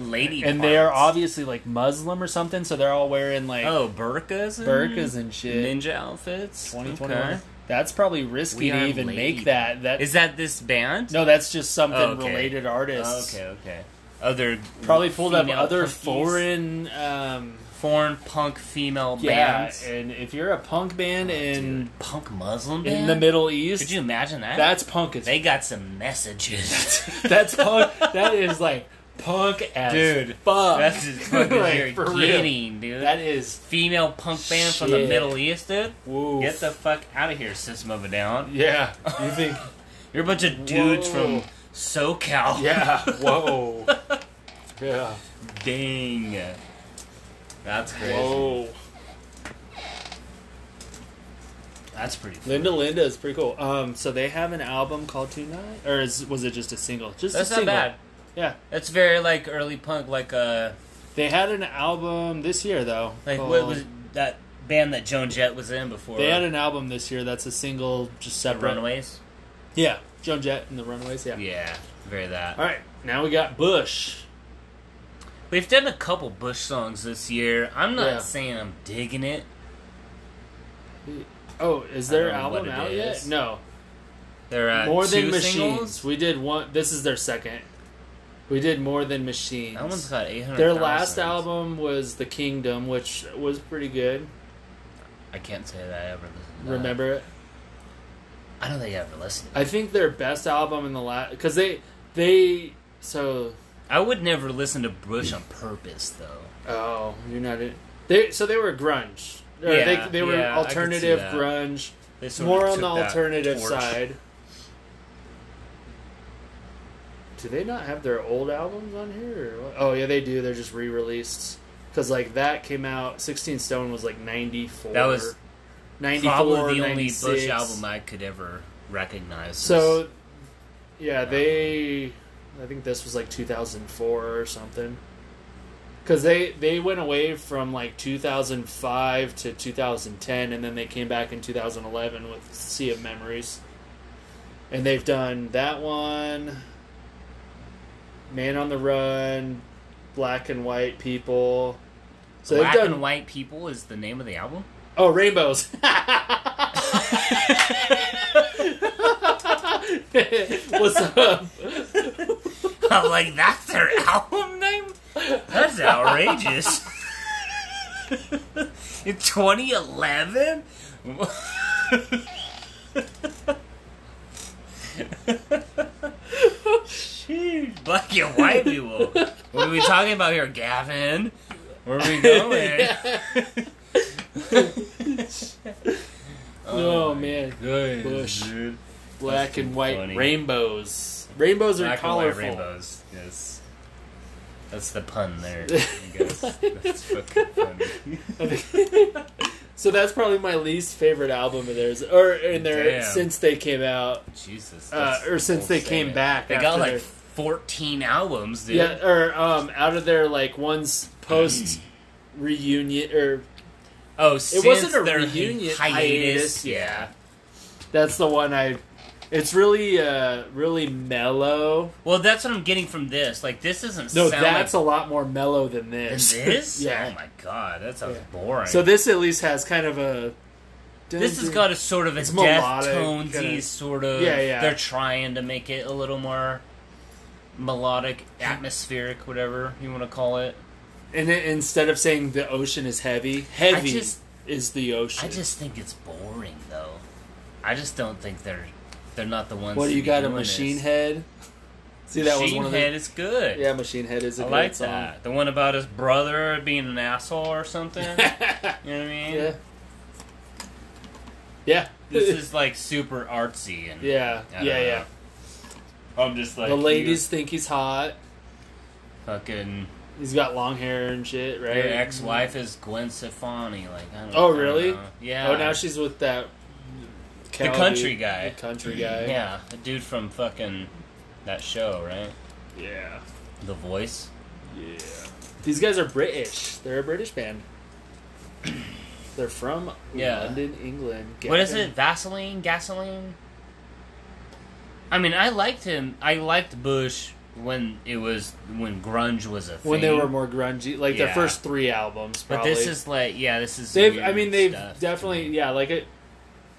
Lady And they are parts. obviously like Muslim or something, so they're all wearing like oh burkas, and burkas and shit. ninja outfits. 2021. That's probably risky We to are even lady make that. That Is that this band? no, that's just something Oh, okay. related artists. okay, okay. Other Probably pulled up female other punkies? foreign. Um, foreign punk female yeah, bands. and if you're a punk band in Oh, Dude, punk Muslim in band? the Middle Could East, you imagine that? that's punk as they got some messages. That's punk. that is like punk as Dude, fuck. That's just fucking Like, you're for real. kidding, dude. That is female punk band from the Shit. Middle East, dude. woo. Get the fuck out of here, System of a Down. yeah. You think? You're a bunch of dudes Whoa. from SoCal. Yeah. Whoa. Yeah. Dang. That's crazy. Whoa. That's pretty. Cool. Linda Linda is pretty cool. Um, so they have an album called Tonight, or is, was it just a single? Just That's a not single. bad. Yeah, That's very like early punk, like uh, they had an album this year though. like what called- was that band that Joan Jett was in before? Oh. They had an album this year that's a single, just the separate. Runaways. Yeah, Joan Jett and the Runaways. Yeah. Yeah, very that. All right, now we got Bush. We've done a couple Bush songs this year. I'm not Yeah. saying I'm digging it. Oh, is I their don't know album what it out is. yet? No. They're at More two Than Machines. singles. We did one. This is their second. We did More Than Machines. That one's got 800. their last album was The Kingdom, which was pretty good. I can't say that I ever listened. To that. Remember it? I don't think I ever listened. I think their best album in the last because they they so I would never listen to Bush on purpose, though. oh you're not it they so they were grunge. Or Yeah, they, they were yeah, I could see alternative that. grunge, They sort more of on the took that alternative torch. side. Do they not have their old albums on here? Or what? Oh yeah, they do. They're just re-released because like that came out. Sixteen Stone was like ninety four. That was 94, Probably the only 96. Bush album I could ever recognize. is- So, yeah, they. I think this was like 2004 or something. Because they they went away from like 2005 to 2010, and then they came back in 2011 with Sea of Memories. And they've done that one, Man on the Run, Black and White People. So Black they've done and White People is the name of the album. Oh, rainbows. What's up? I'm like, that's their album name? That's outrageous. In 2011? Sheesh, black and white people. What are we talking about here, Gavin? Where are we going? Oh, man. Good. Bush. Dude. Black and white funny. rainbows. Rainbows Black are and white colorful. rainbows. Yes. That's the pun there. I guess. That's fucking funny. so that's probably my least favorite album of theirs, or in their Damn. since they came out, Jesus. uh, that's or since they came insane. back. They after got like their- 14 albums, dude. yeah, or um, out of their like one's post reunion or Oh, since wasn't a their reunion, hiatus, hiatus. Yeah. that's the one I. It's really uh really mellow. Well, that's what I'm getting from this. Like, this doesn't No, sound that's like a lot more mellow than this. than this. yeah. Oh my god, that sounds Yeah. boring. So this at least has kind of a. this has got a sort of a It's melodic, Deftonesy kinda- sort of. Yeah, yeah. They're trying to make it a little more melodic, atmospheric, whatever you want to call it. And it, instead of saying the ocean is heavy, heavy just- is the ocean. I just think it's boring, though. I just don't think they're they're not the ones. what to do you be got? A doing machine this. head. See that was machine one of head the. is good. Yeah, machine head is a I good like song. that. The one about his brother being an asshole or something. you know what I mean? Yeah. Yeah. This is like super artsy and yeah. I Yeah. don't Yeah. know. I'm just like the ladies think he's hot. you Fucking He's got long hair and shit, right? your ex-wife is Gwen Stefani. Like I don't. Oh, I don't really? know. Yeah. Oh, now she's with that. Cal country dude. guy. The country guy. Yeah, the dude from fucking that show, right? Yeah. The Voice. Yeah. These guys are British. They're a British band. They're from Yeah. London, England. What is Gavin- it? Vaseline? Gasoline? I mean, I liked him. I liked Bush when it was when grunge was a thing. When they were more grungy, like their Yeah. first three albums. but Probably. this is like, yeah, this is. They've, I weird mean, they've stuff. definitely, yeah, like it.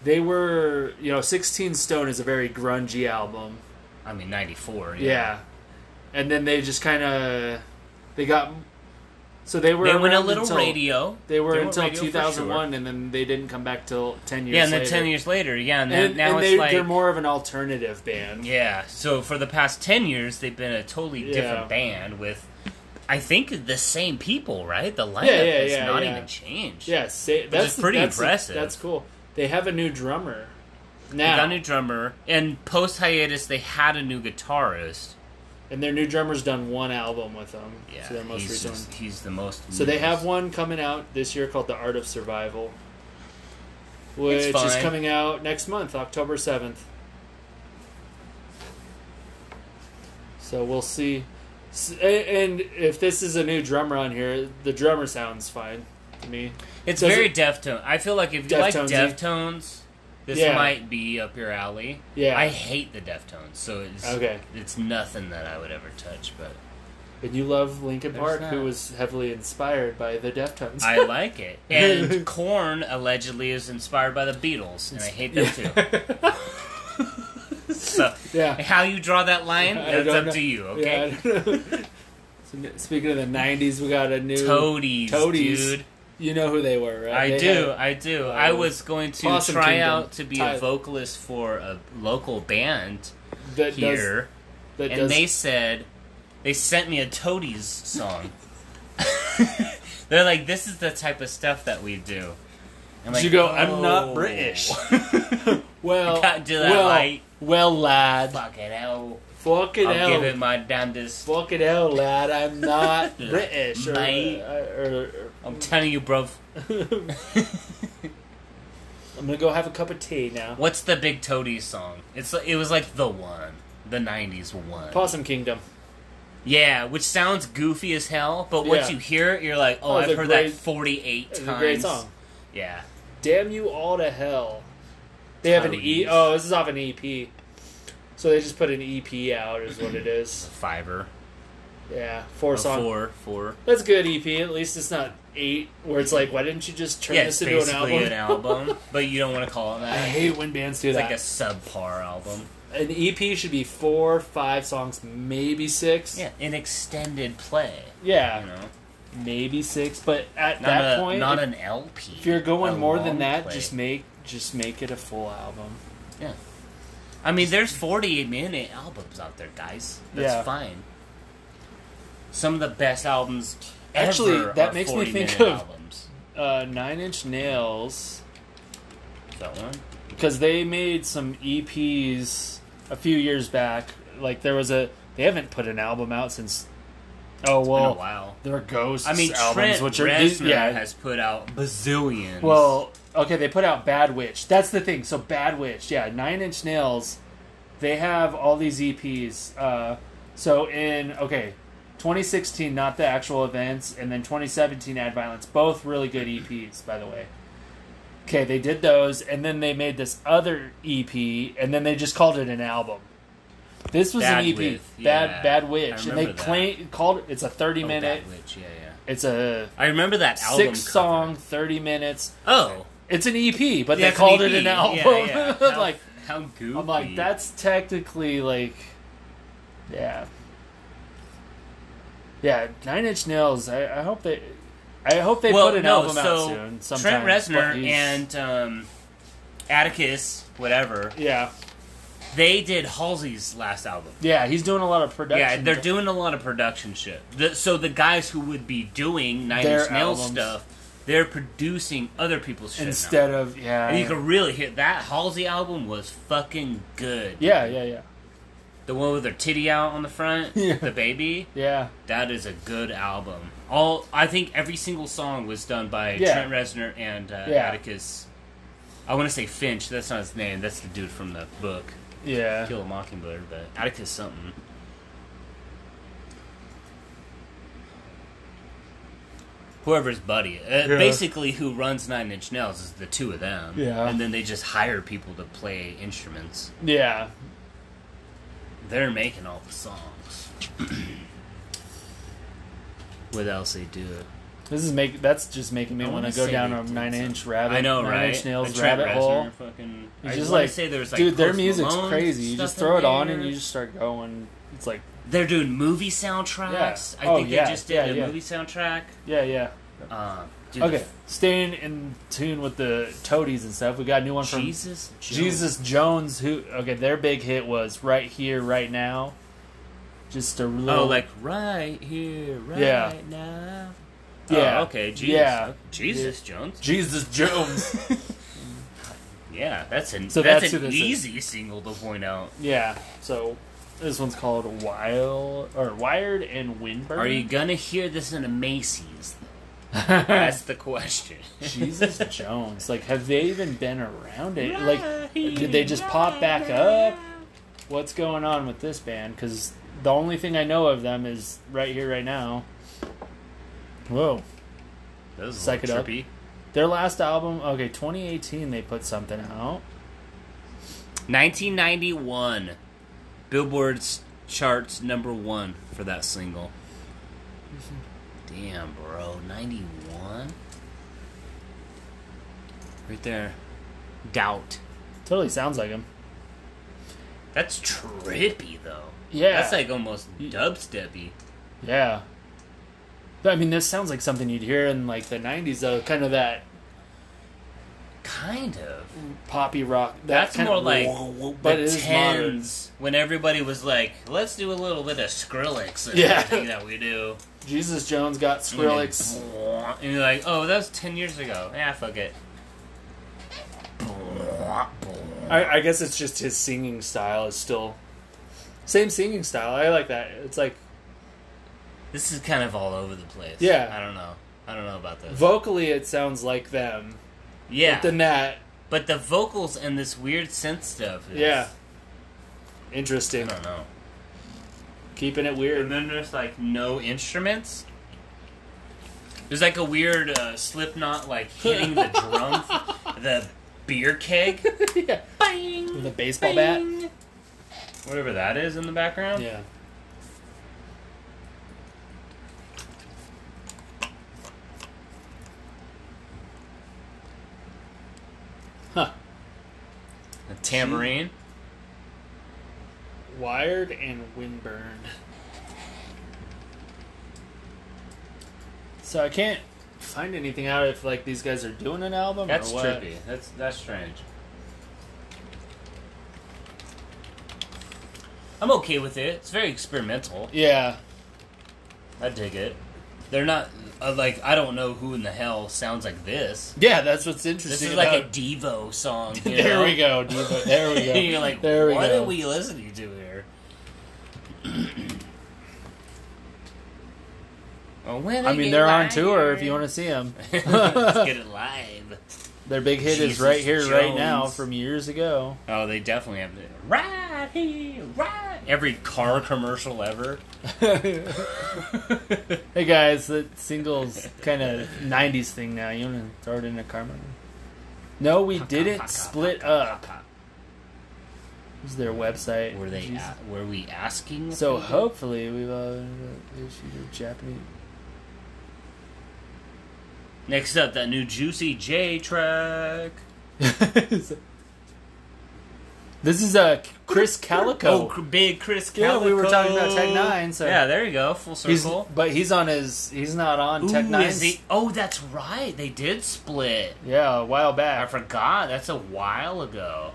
They were, you know, Sixteen Stone is a very grungy album. I mean, ninety four. Yeah, and then they just kind of they got. So they were They went a around little until- radio. They were They went until radio for 2001, and then they didn't come back till 10 years. Yeah, and then later. ten years later, yeah, and, and, then now and it's they, like they're more of an alternative band. Yeah. So for the past ten years, they've been a totally Yeah. different band with, I think, the same people. Right? The lineup Yeah, yeah, has yeah, not yeah. even changed. Yeah, say, that's is pretty that's- impressive. That's cool. They have a new drummer They now, got a new drummer, and post hiatus, they had a new guitarist. and their new drummer's done one album with them. Yeah, so their most he's, recent. just, he's the most. So they have used. one coming out this year called The Art of Survival, which is fine. coming out next month, October 7th. So we'll see. S- a- And if this is a new drummer on here, the drummer sounds fine to me. It's does very it- Deftone. I feel like if you like Deftones-y. Deftones, this Yeah. might be up your alley. Yeah. I hate the Deftones, so it's Okay. It's nothing that I would ever touch, but And you love Linkin There's Park, that. who was heavily inspired by the Deftones. I like it. And Korn allegedly is inspired by the Beatles, and I hate them too. so yeah. how you draw that line, I that's don't up know. to you. Okay. Yeah, I don't know. So, Speaking of the 90s, we got a new. Toadies, Toadies. dude. You know who they were, right? I They do, had- I do. I um, was going to Possum try Kingdom out to be type. a vocalist for a local band that does here, that and does they said they sent me a Toadies song. They're like, "This is the type of stuff that we do." I'm Did you go, "I'm not British." well, Can't do that, well, mate. well, lad, Fucking hell! fuck it I'll give out, it my damnedest. fuck it out, lad. I'm not British, or, uh, Mate. or- I'm telling you, bruv. or- I'm gonna go have a cup of tea now. What's the big Toadies song? It's it was like the one, the '90s one. Possum Kingdom. Yeah, which sounds goofy as hell, but once Yeah. you hear it, you're like, "Oh, Oh, it's I've a heard great- that 48 It's times." a great song. Yeah, Damn you all to hell. They have an E. Tyrese. Oh, this is off an EP. So they just put an EP out, is what it is. fiber. Yeah, four Or songs. Oh, four, four. That's a good EP. At least it's not eight, where it's like, why didn't you just turn Yeah, it's this into an basically album? an album, but you don't want to call it I that. hate when bands do It's that. like a subpar album. An EP should be four, five songs, maybe six. Yeah, an extended play. Yeah, You know, maybe six. But at not that a, point, not if, an LP. if you're a going more than long that, play. just make just make it a full album. I mean, there's 40 minute albums out there, guys. That's Yeah. fine. Some of the best albums. Actually, ever that are makes me think 40-minute of- albums. Uh, Nine Inch Nails, that one. because they made some EPs a few years back. Like there was a, they haven't put an album out since. Oh Well, well, a while. their Ghosts I mean, albums, Trent which are these- Reznor yeah, has put out bazillions. Well, okay, they put out Bad Witch. That's the thing. So Bad Witch, yeah, Nine Inch Nails. They have all these EPs. Uh, so in okay, 2016, not the actual events, and then 2017, Ad Violence, both really good EPs, by the way. Okay, they did those, and then they made this other EP, and then they just called it an album. This was Bad an EP, With, Bad yeah. Bad I Witch, and they remember that. claim called it, it's a 30 oh, minute, Bad Witch, yeah, yeah. it's a I remember that album. six song, 30 minutes. cover. Oh, It's an EP, but yeah, they it's called an it an EP. album. Yeah, yeah. E I'm How- like how goofy. I'm like that's technically like, yeah, yeah. Nine Inch Nails. I, I hope they, I hope they well, put an no, album so out soon. Trent Sometime, Reznor but he's- and um, Atticus, whatever, yeah, they did Halsey's last album. yeah. He's doing a lot of production. Yeah, they're doing a lot of production shit. The, so the guys who would be doing Nine Their Inch Nails albums. stuff, they're producing other people's shit now. instead of yeah, And you can really hear that Halsey album was fucking good. yeah, yeah, yeah, The one with her titty out on the front, Yeah. the baby. yeah. That is a good album. All I think every single song was done by Yeah. Trent Reznor and uh, Yeah. Atticus. I want to say Finch. That's not his name. That's the dude from the book yeah. Kill a Mockingbird, but Atticus something. whoever's buddy. Uh, Yeah. Basically, who runs Nine Inch Nails is the two of them. Yeah. And then they just hire people to play instruments. Yeah. They're making all the songs. what else they do? This is make that's just making me I want wanna to go say down they a did nine inch something. rabbit. I know, nine right? Inch nails A Trent rabbit Reznor hole. Fucking, It's I just wanna like- say there's like Dude, their Post music's Malone crazy. You stuff just throw in it on there. and you just start going. It's like, They're doing movie soundtracks. Yeah. I Oh, think yeah, they just did yeah, a yeah. movie soundtrack. yeah, yeah. Uh, dude, Okay, staying in tune with the Toadies and stuff. We got a new one the- from Jesus, Jones. Jesus Jones. Who? Okay, their big hit was right here, right now. Just a little, Oh, like right here, right Yeah. now. Yeah. Oh, okay. Jesus. Yeah. Jesus Jones. Jesus Jones. Yeah, that's an So that's, that's who an this is. easy single to point out. yeah. So this one's called Wild or Wired and Windburn. Are you gonna hear this in a Macy's? though? that's the question. Jesus Jones? Like, have they even been around it? Right Like, did they just pop back up? What's going on with this band? Because the only thing I know of them is right here, right now. Whoa. That was a Psych it little up. trippy. Their last album, okay, 2018, they put something out. 1991, Billboard's charts number one for that single. Damn, bro, 91. Right there, doubt. Totally sounds like them. That's trippy though. Yeah. That's like almost dubsteppy. Yeah. But, I mean, this sounds like something you'd hear in like the 90s, though. Kind of that Kind of. poppy rock. That That's kind more of- like but the it is modern. tens when everybody was like, "Let's do a little bit of Skrillex and Yeah. everything that we do." Jesus Jones got Skrillex. And you're like, "Oh, that was ten years ago." Yeah, fuck it. I, I guess it's just his singing style is still same singing style. I like that. It's like This is kind of all over the place. Yeah. I don't know. I don't know about this. vocally, it sounds like them. yeah, But then that, but the vocals and this weird synth stuff. Is, yeah, I interesting. don't know. Keeping it And weird. then there's like no instruments. There's like a weird uh, Slipknot like hitting the drum, the beer keg, yeah, bang, with a baseball bat. bang. whatever that is in the background. Yeah. Huh. A tambourine. Wired and windburned. So I can't find anything out if like these guys are doing an album That's or what. trippy. That's that's strange. I'm okay with it. It's very experimental. Yeah. I dig it. They're not uh, like I don't know who in the hell sounds like this. Yeah, that's what's interesting. This is like a about- Devo song. you There know? we go, Diva. There we go. You're like, there we what go. are we listening to here? well, when I mean, they're on tour if you want to see them. to. Let's get it live. Their big hit is Jesus right here, right Jones. now, from years ago. Oh, they definitely have to. Right here, right. Every car commercial ever. Hey guys, that singles kind of '90s thing now. You want to throw it in a car? mode? No, we didn't split up. This is their website. Were they? Jesus. a- were we asking? So people? hopefully we've uh, issued a Japanese. Next up, that new Juicy J track. this is uh, Chris Calico. Oh, cr- big Chris Yeah, Calico. we were talking about Tech Nine, so- yeah, there you go, full He's- circle. but he's on his. He's not on Ooh, Tech Nine. is he- oh, that's right. They did split. Yeah, a while I back. forgot. That's a while ago.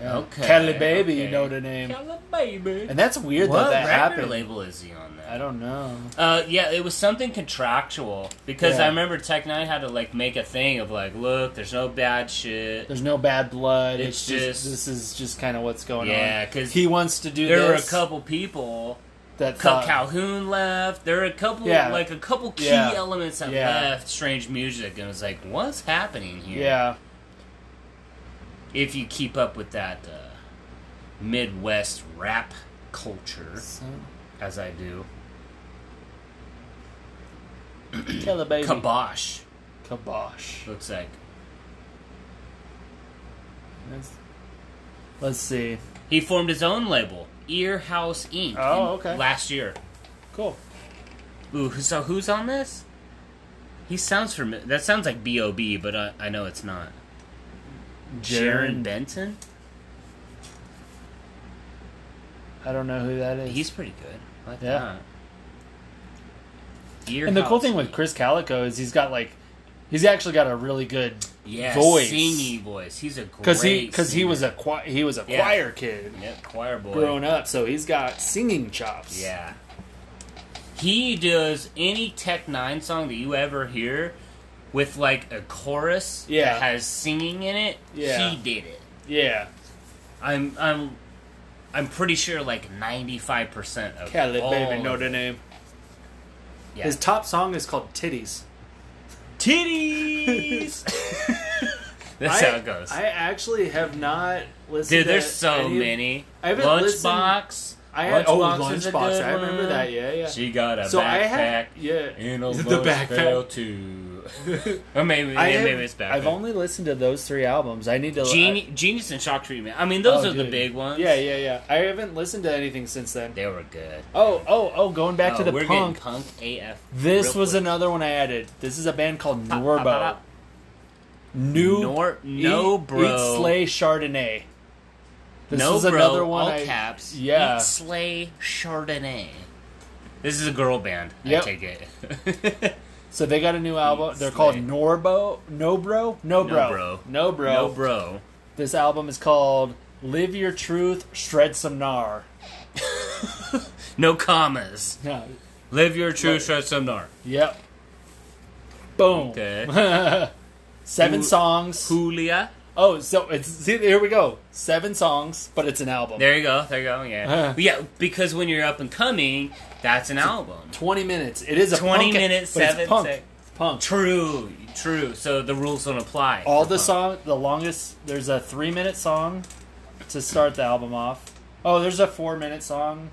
Yeah. Okay, Cali Baby, you okay. know the name. Hello, baby. And that's weird that what that record happened. label is he on I that? don't know. Uh, yeah, it was something contractual because Yeah. I remember Tech Nine had to like make a thing of like, look, there's no bad shit. There's no bad blood. It's, It's just, just- this is just kind of what's going on. Yeah, because He wants to do there were a this. couple people. that Cal- thought, Calhoun left. There were a couple, Yeah. like a couple key Yeah. elements that Yeah. left Strange Music, and it was like, what's happening here? Yeah, If you keep up with that uh, Midwest rap culture, So- as I do. Tell the baby. Kabosh Kabosh. looks like. That's- Let's see. He formed his own label, Ear House Inc. in- Oh, okay. Last year. Cool. Ooh, so who's on this? He sounds familiar. That sounds like B.O.B., but I, I know it's not. Jaron Jaron. Benton? I don't know who that is. He's pretty good. I like Yeah. that. Ear and the cool House thing with Inc. Chris Calico is he's got like, he's actually got a really good yeah, voice. singy voice. He's a great because he because he singer. was a choir, he was a Yeah. choir kid Yep, choir boy. growing up, so he's got singing chops. Yeah. He does any Tech Nine song that you ever hear with like a chorus Yeah. that has singing in it. Yeah. He did it. yeah. I'm I'm I'm pretty sure like ninety five percent of Cali all baby, of know it. the name. Oh. Yeah. His top song is called Titties. titties. That's I, how it goes. I actually have not listened. Dude, to there's so any- many. I haven't listened- Lunchbox. I had oh Lunchbox is a lunchbox. good I remember one. that. Yeah, yeah. She got a so backpack. I have yeah. And a The lunch backpack. pail too. or maybe, I yeah, have- maybe it's backpack. I've only listened to those three albums. I need to. Geni- Genius and Shock Treatment. I mean, those Oh, are the dude. big ones. Yeah, yeah, yeah. I haven't listened to anything since then. They were good. Oh, oh, oh! Going back Oh, to the we're punk. getting punk AF. This real was quick. another one I added. This is a band called Ba- Norbo. ba- ba- New Nor- no, Eat, bro. Eat Slay Chardonnay. This no, is bro. another one. all I, caps. Yeah. Eat Slay Chardonnay. This is a girl band. Yep. I take it. So they got a new album. They're Slay. called Norbo. No bro. No bro. bro. No bro. No, bro. This album is called Live Your Truth, Shred Some Gnar. No commas. Yeah. Live your true shred some gnar. Yep. Boom. Okay. Seven Who- songs. Julia. Oh, so it's see here we go. Seven songs, but it's an album. There you go. There you go. Yeah. Uh. yeah, because when you're up and coming, that's an album. Twenty minutes. It is a 20 punk, minutes, but it's seven punk. sec- punk. True, true. So the rules don't apply. All for the punk. song, the longest. There's a three minute song to start the album off. Oh, there's a four minute song.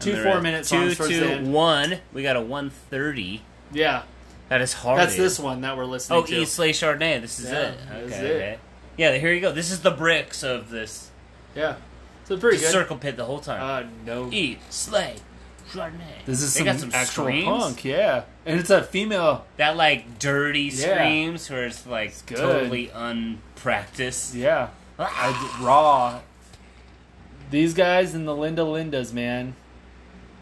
Two There four are minute two, songs towards two, the end. one. We got a one thirty. Yeah, That is hard. that's this one that we're listening Oh, to. East Slay Chardonnay. This is Yeah, it. Okay. this is it. okay. Yeah, here you go. This is the bricks of this Yeah, so pretty good. circle pit the whole time. Uh, no. Eat Slay Chardonnay. This is they some, got some actual screams. punk, yeah, and it's a female. That like dirty Yeah. screams where it's like good. totally unpracticed. Yeah, Ah, I d- raw. These guys and the Linda Lindas, man.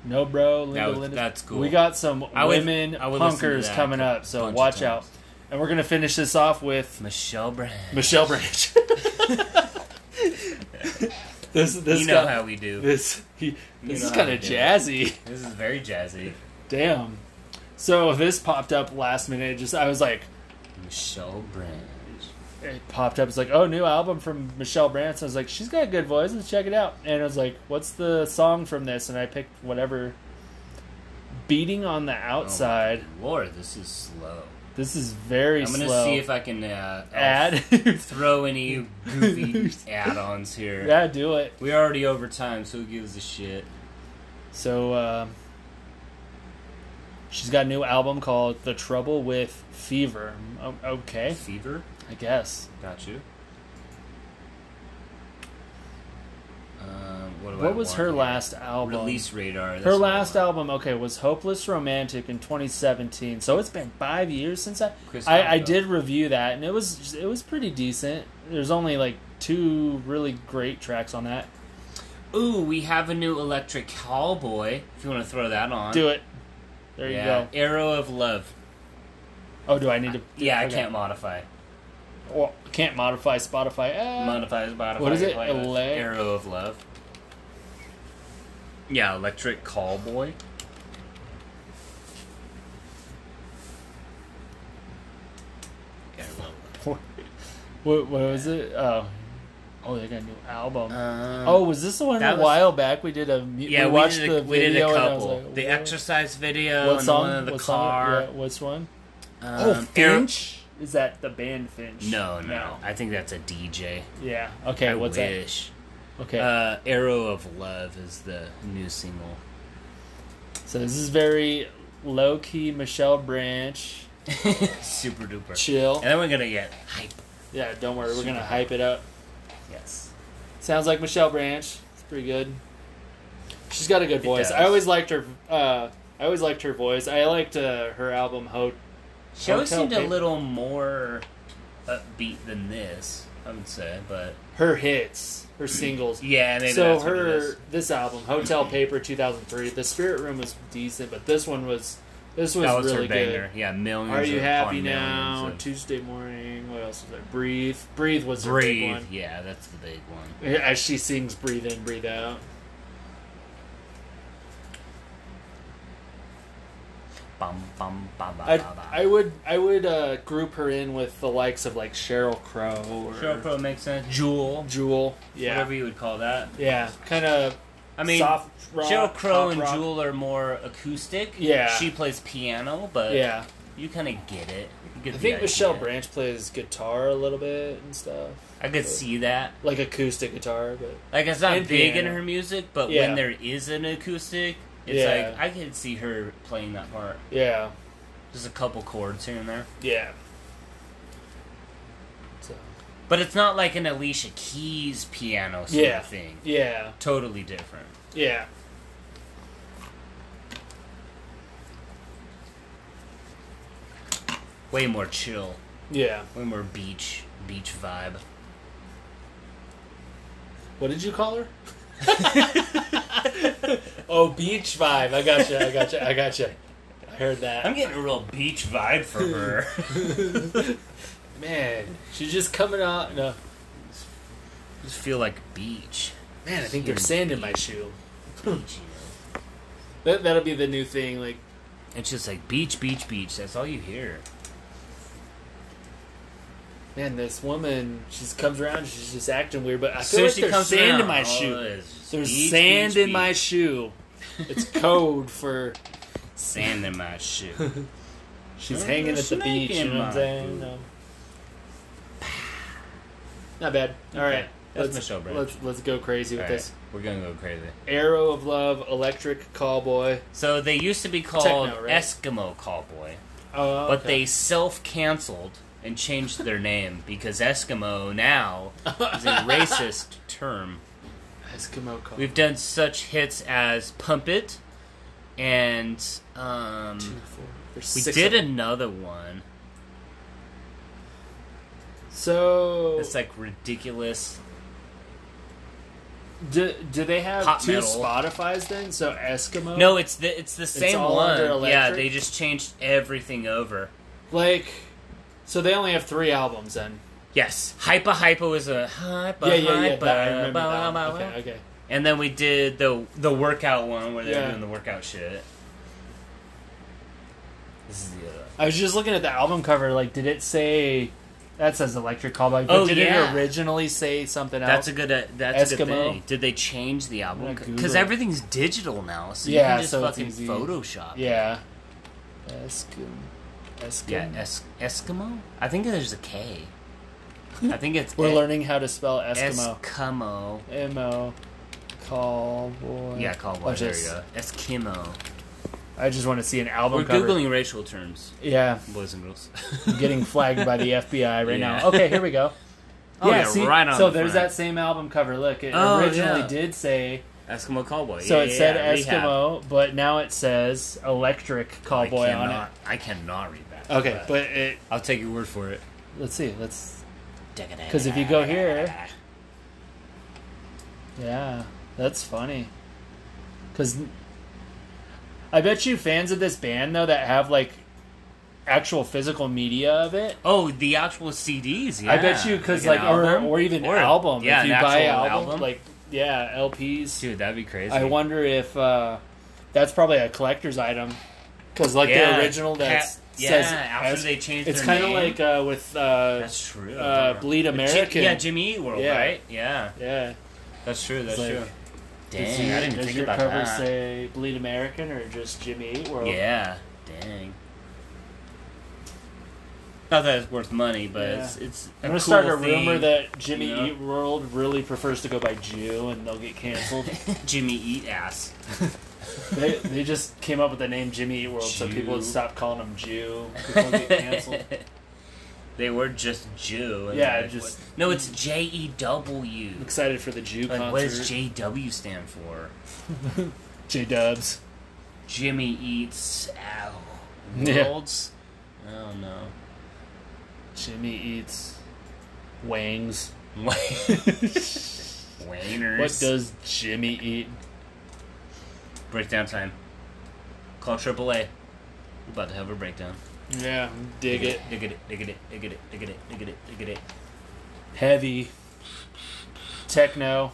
No, bro, Linda That was- Lindas. that's cool. We got some I would- women I would listen to punkers that coming a up, so bunch of watch times. out. And we're gonna finish this off with Michelle Brand. Michelle Branch. this this you know guy- how we do. This, this he, this know is how kind we of do it. jazzy. is very jazzy. Damn. So this popped up last minute. Just I was like, Michelle Brand. it popped up. It's like, oh, new album from Michelle Branson. I was like, she's got a good voice. Let's check it out. And I was like, what's the song from this? And I picked whatever. Beating on the outside. Oh my Lord, this is slow. This is very I'm gonna slow. see if I can uh, I'll Add. throw any goofy add-ons here. yeah, do it. We're already over time, so who gives a shit? So um, she's got a new album called "The Trouble with Fever." O- okay, Fever, I guess. got you. Um, what do I What was want her here? last album? release radar? that's Her what I last want. album, okay, was "Hopeless Romantic" in 2017. So it's been five years since I Chris I, I Falco. did review that, and it was it was pretty decent. There's only like two really great tracks on that. Ooh, we have a new Electric Cowboy. If you want to throw that on, Do it. There yeah. you go. Arrow of Love. Oh, do I need to? Yeah, okay. I can't modify. Or, can't modify Spotify. Eh. Modify is modify. What is it? playlist. Elec- Arrow of Love. Yeah, Electric Callboy. what, what was it? Oh, oh, they got a new album. Um, oh, was this the one that a was- while back? We did a mu- yeah, we we, watched did a, the we did a video and I was couple. like, the what? exercise video What and song? the one in the what song? car. Yeah, which one? Um, Oh, Arrow- Finch. Is that the band Finch? No, no, I think that's a DJ. Yeah. Okay. I what's wish. that? Okay. Uh, Arrow of Love is the new single. so this is very low key Michelle Branch. Super duper. Chill. And then we're gonna get hype. Yeah, don't worry. We're going to Super. hype it up. Yes. Sounds like Michelle Branch. It's pretty good. She's got a good It voice. does. I always liked her. Uh, I always liked her voice. I liked uh, her album Ho- She always Hotel seemed a Paper. little more upbeat than this, I would say, but her hits, her singles. yeah, maybe so that's what Mm-hmm. it her is. this album Hotel Paper 2003. The Spirit Room was decent, but this one was this was, that was really her banger. good. Yeah, millions. Are you upon happy millions now? of- Tuesday morning. What else was there? Breathe. Breathe was her big breathe. one. Yeah, that's the big one. As she sings Breathe In, Breathe Out. Bum, bum, bum, bum, I bum, bum. I would I would uh, group her in with the likes of like Cheryl Crow or Sure, probably makes sense. Jewel, Jewel. Yeah. whatever you would call that. Yeah. Kind of I mean, soft rock, Cheryl Crow pop and rock. Jewel are more acoustic. Yeah. she plays piano, but Yeah. you kind of get it. You I get the think Michelle idea. Branch plays guitar a little bit and stuff. I could see that. Like acoustic guitar, but Like it's not And big in piano. her music, but Yeah. when there is an acoustic, it's Yeah. like I could see her playing that part. yeah. Just a couple chords here and there. Yeah. So But it's not like an Alicia Keys piano sort Yeah. of thing. Yeah. Totally different. Yeah. Way more chill. Yeah. Way more beach beach vibe. What did you call her? oh, beach vibe. I gotcha. I gotcha. I gotcha. I heard that. I'm getting a real beach vibe from her. Man, she's just coming out. No, Just feel like beach. man, I think there's sand in my shoe. Beach, you know. That that'll be the new thing. Like, It's just like beach, beach, beach. That's all you hear. man, this woman, she just comes around. She's just acting weird. But I feel As soon like as she there's comes sand around, in my all shoe. it is just There's beach, sand beach, in my beach. shoe. It's code for sand in my shoe. she's There's hanging a at the snake beach. You in know what I'm my saying? boot. No. Not bad. All right, That's let's, Michelle Branch. Let's let's go crazy with All right, this. We're gonna go crazy. Arrow of Love, Electric Callboy. So they used to be called Techno, right? Eskimo Callboy, Oh, but okay. they self-canceled and changed their name because Eskimo now is a racist term. Eskimo Callboy. We've done such hits as Pump It, and um, Two, four, there's we six did of them. another one. So It's like ridiculous. do, do they have Hot two metal. Spotify's then? So Eskimo. No, it's the it's the same Oh. all under one. Yeah, electric? they just changed everything over. like, so they only have three albums then. Yes, hypa hypa was a hypa yeah, yeah, yeah. hypa. that- I remember ba- that ba- one. ba- Okay, okay. And then we did the the workout one where they Yeah. were doing the workout shit. This is the other. one. I was just looking at the album cover. Like, did it say that says Electric Callboy? But Oh, did yeah. it originally say something else? That's a good. Uh, that's a good Eskimo. thing. Did they change the album? I'm gonna Because Google it. everything's digital now, so you Yeah, can just so it's fucking easy. Photoshop. yeah. Eskimo. Eskimo. Yeah, es- Eskimo. I think there's a K. I think it's We're e- learning how to spell Eskimo. Eskimo. Eskimo. Callboy. Yeah, call one. Watch There this. you go. Eskimo. I just want to see an We're album cover. googling racial terms, Yeah, boys and girls. I'm getting flagged by the FBI right Yeah. now. Okay, here we go. Oh, yeah, right on So the there's front. that same album cover. Look, it Oh, originally yeah. did say Eskimo cowboy. so. Yeah, it yeah, said yeah, rehab. Eskimo, but now it says Electric I Cowboy on cannot. it. I cannot read that. Okay, but it. I'll take your word for it. Let's see. Let's. Because if you go here- Yeah, that's funny. Because I bet you fans of this band though that have like actual physical media of it Oh, the actual CDs. Yeah. I bet you because an like, or, album? or even Or- album. Yeah, if you an buy actual album, like yeah, LPs. dude, that'd be crazy. I wonder if uh, that's probably a collector's item because like Yeah, the original that ha- says yeah, after as- they changed it's their kind of name. like uh, with uh, That's true. uh, Bleed American. yeah, Jimmy Eat World, Yeah. right? Yeah, yeah. that's true. That's like- true. Does Dang, your- I didn't does think your about cover that. say Bleed American or just Jimmy Eat World? yeah, dang. Not that it's worth money, but it's it's. I'm a gonna cool start a thing. rumor that Jimmy you know? Eat World really prefers to go by Jew, and they'll get canceled. Jimmy eat ass. They, they just came up with the name Jimmy Eat World so people would Jew. stop calling him Jew. People would get canceled. they were just Jew. and Yeah, like, just- what- no, it's J E W. Excited for the Jew Like, what does concert. J E W stand for? J Dubs. Jimmy eats ow, Yeah. worlds. I don't know. Jimmy eats wings. Wainers. What does Jimmy eat? breakdown time? Call AAA. We're about to have a breakdown. Yeah, dig it. Dig it, dig it, dig it, dig it, dig it, dig it. Heavy techno.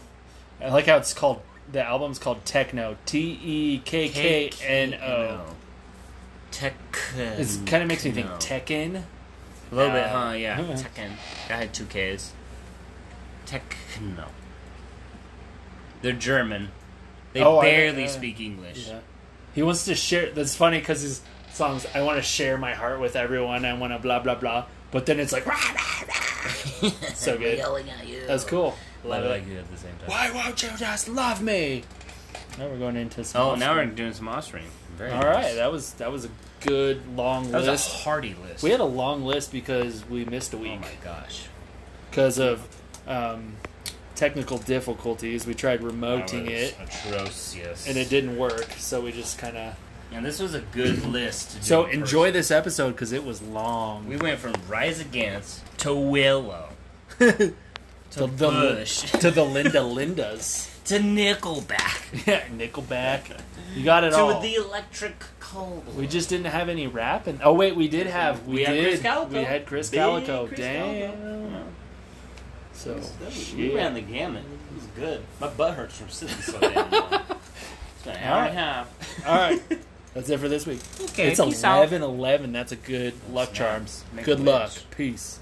I like how it's called. The album's called Techno. T E K K E N O. Tech. It kind of makes me think No. Tekken. A little bit, Uh, huh? Yeah. yeah. Tekken. I had two Ks. Techno. They're German. They Oh, I- barely uh, speak English. Yeah. He wants to share. That's funny because his songs, I want to share my heart with everyone. I want to blah, blah, blah. But then it's like, rah, rah, rah. so good. Yelling at you. That's cool. Love I it. like it at the same time. Why won't you just love me? Now we're going into some. Oh, now we're offspring. doing some offspring. Very All nice. right, that was that was a good long That was a list. hearty list. We had a long list because we missed a oh week my gosh. because of um, technical difficulties. We tried remoting it Atrocious. and it didn't work, so we just kind of. And this was a good list. To do So in enjoy person. this episode because it was long. We went from Rise Against to Willow to to the Bush to the Linda Lindas, to Nickelback yeah, Nickelback. You got it all. to the Electric Cold. we just didn't have any rap, and oh wait, we did have. We, We had did. Chris Calico. We had Chris Big Calico. Chris Damn. Calico. So We shit. ran the gamut. It was good. My butt hurts from sitting so damn long. It's been an hour and a half. All right. That's it for this week. Okay, it's peace out. 11 11. That's a good luck not. charms. Make a Good luck. wish. Peace.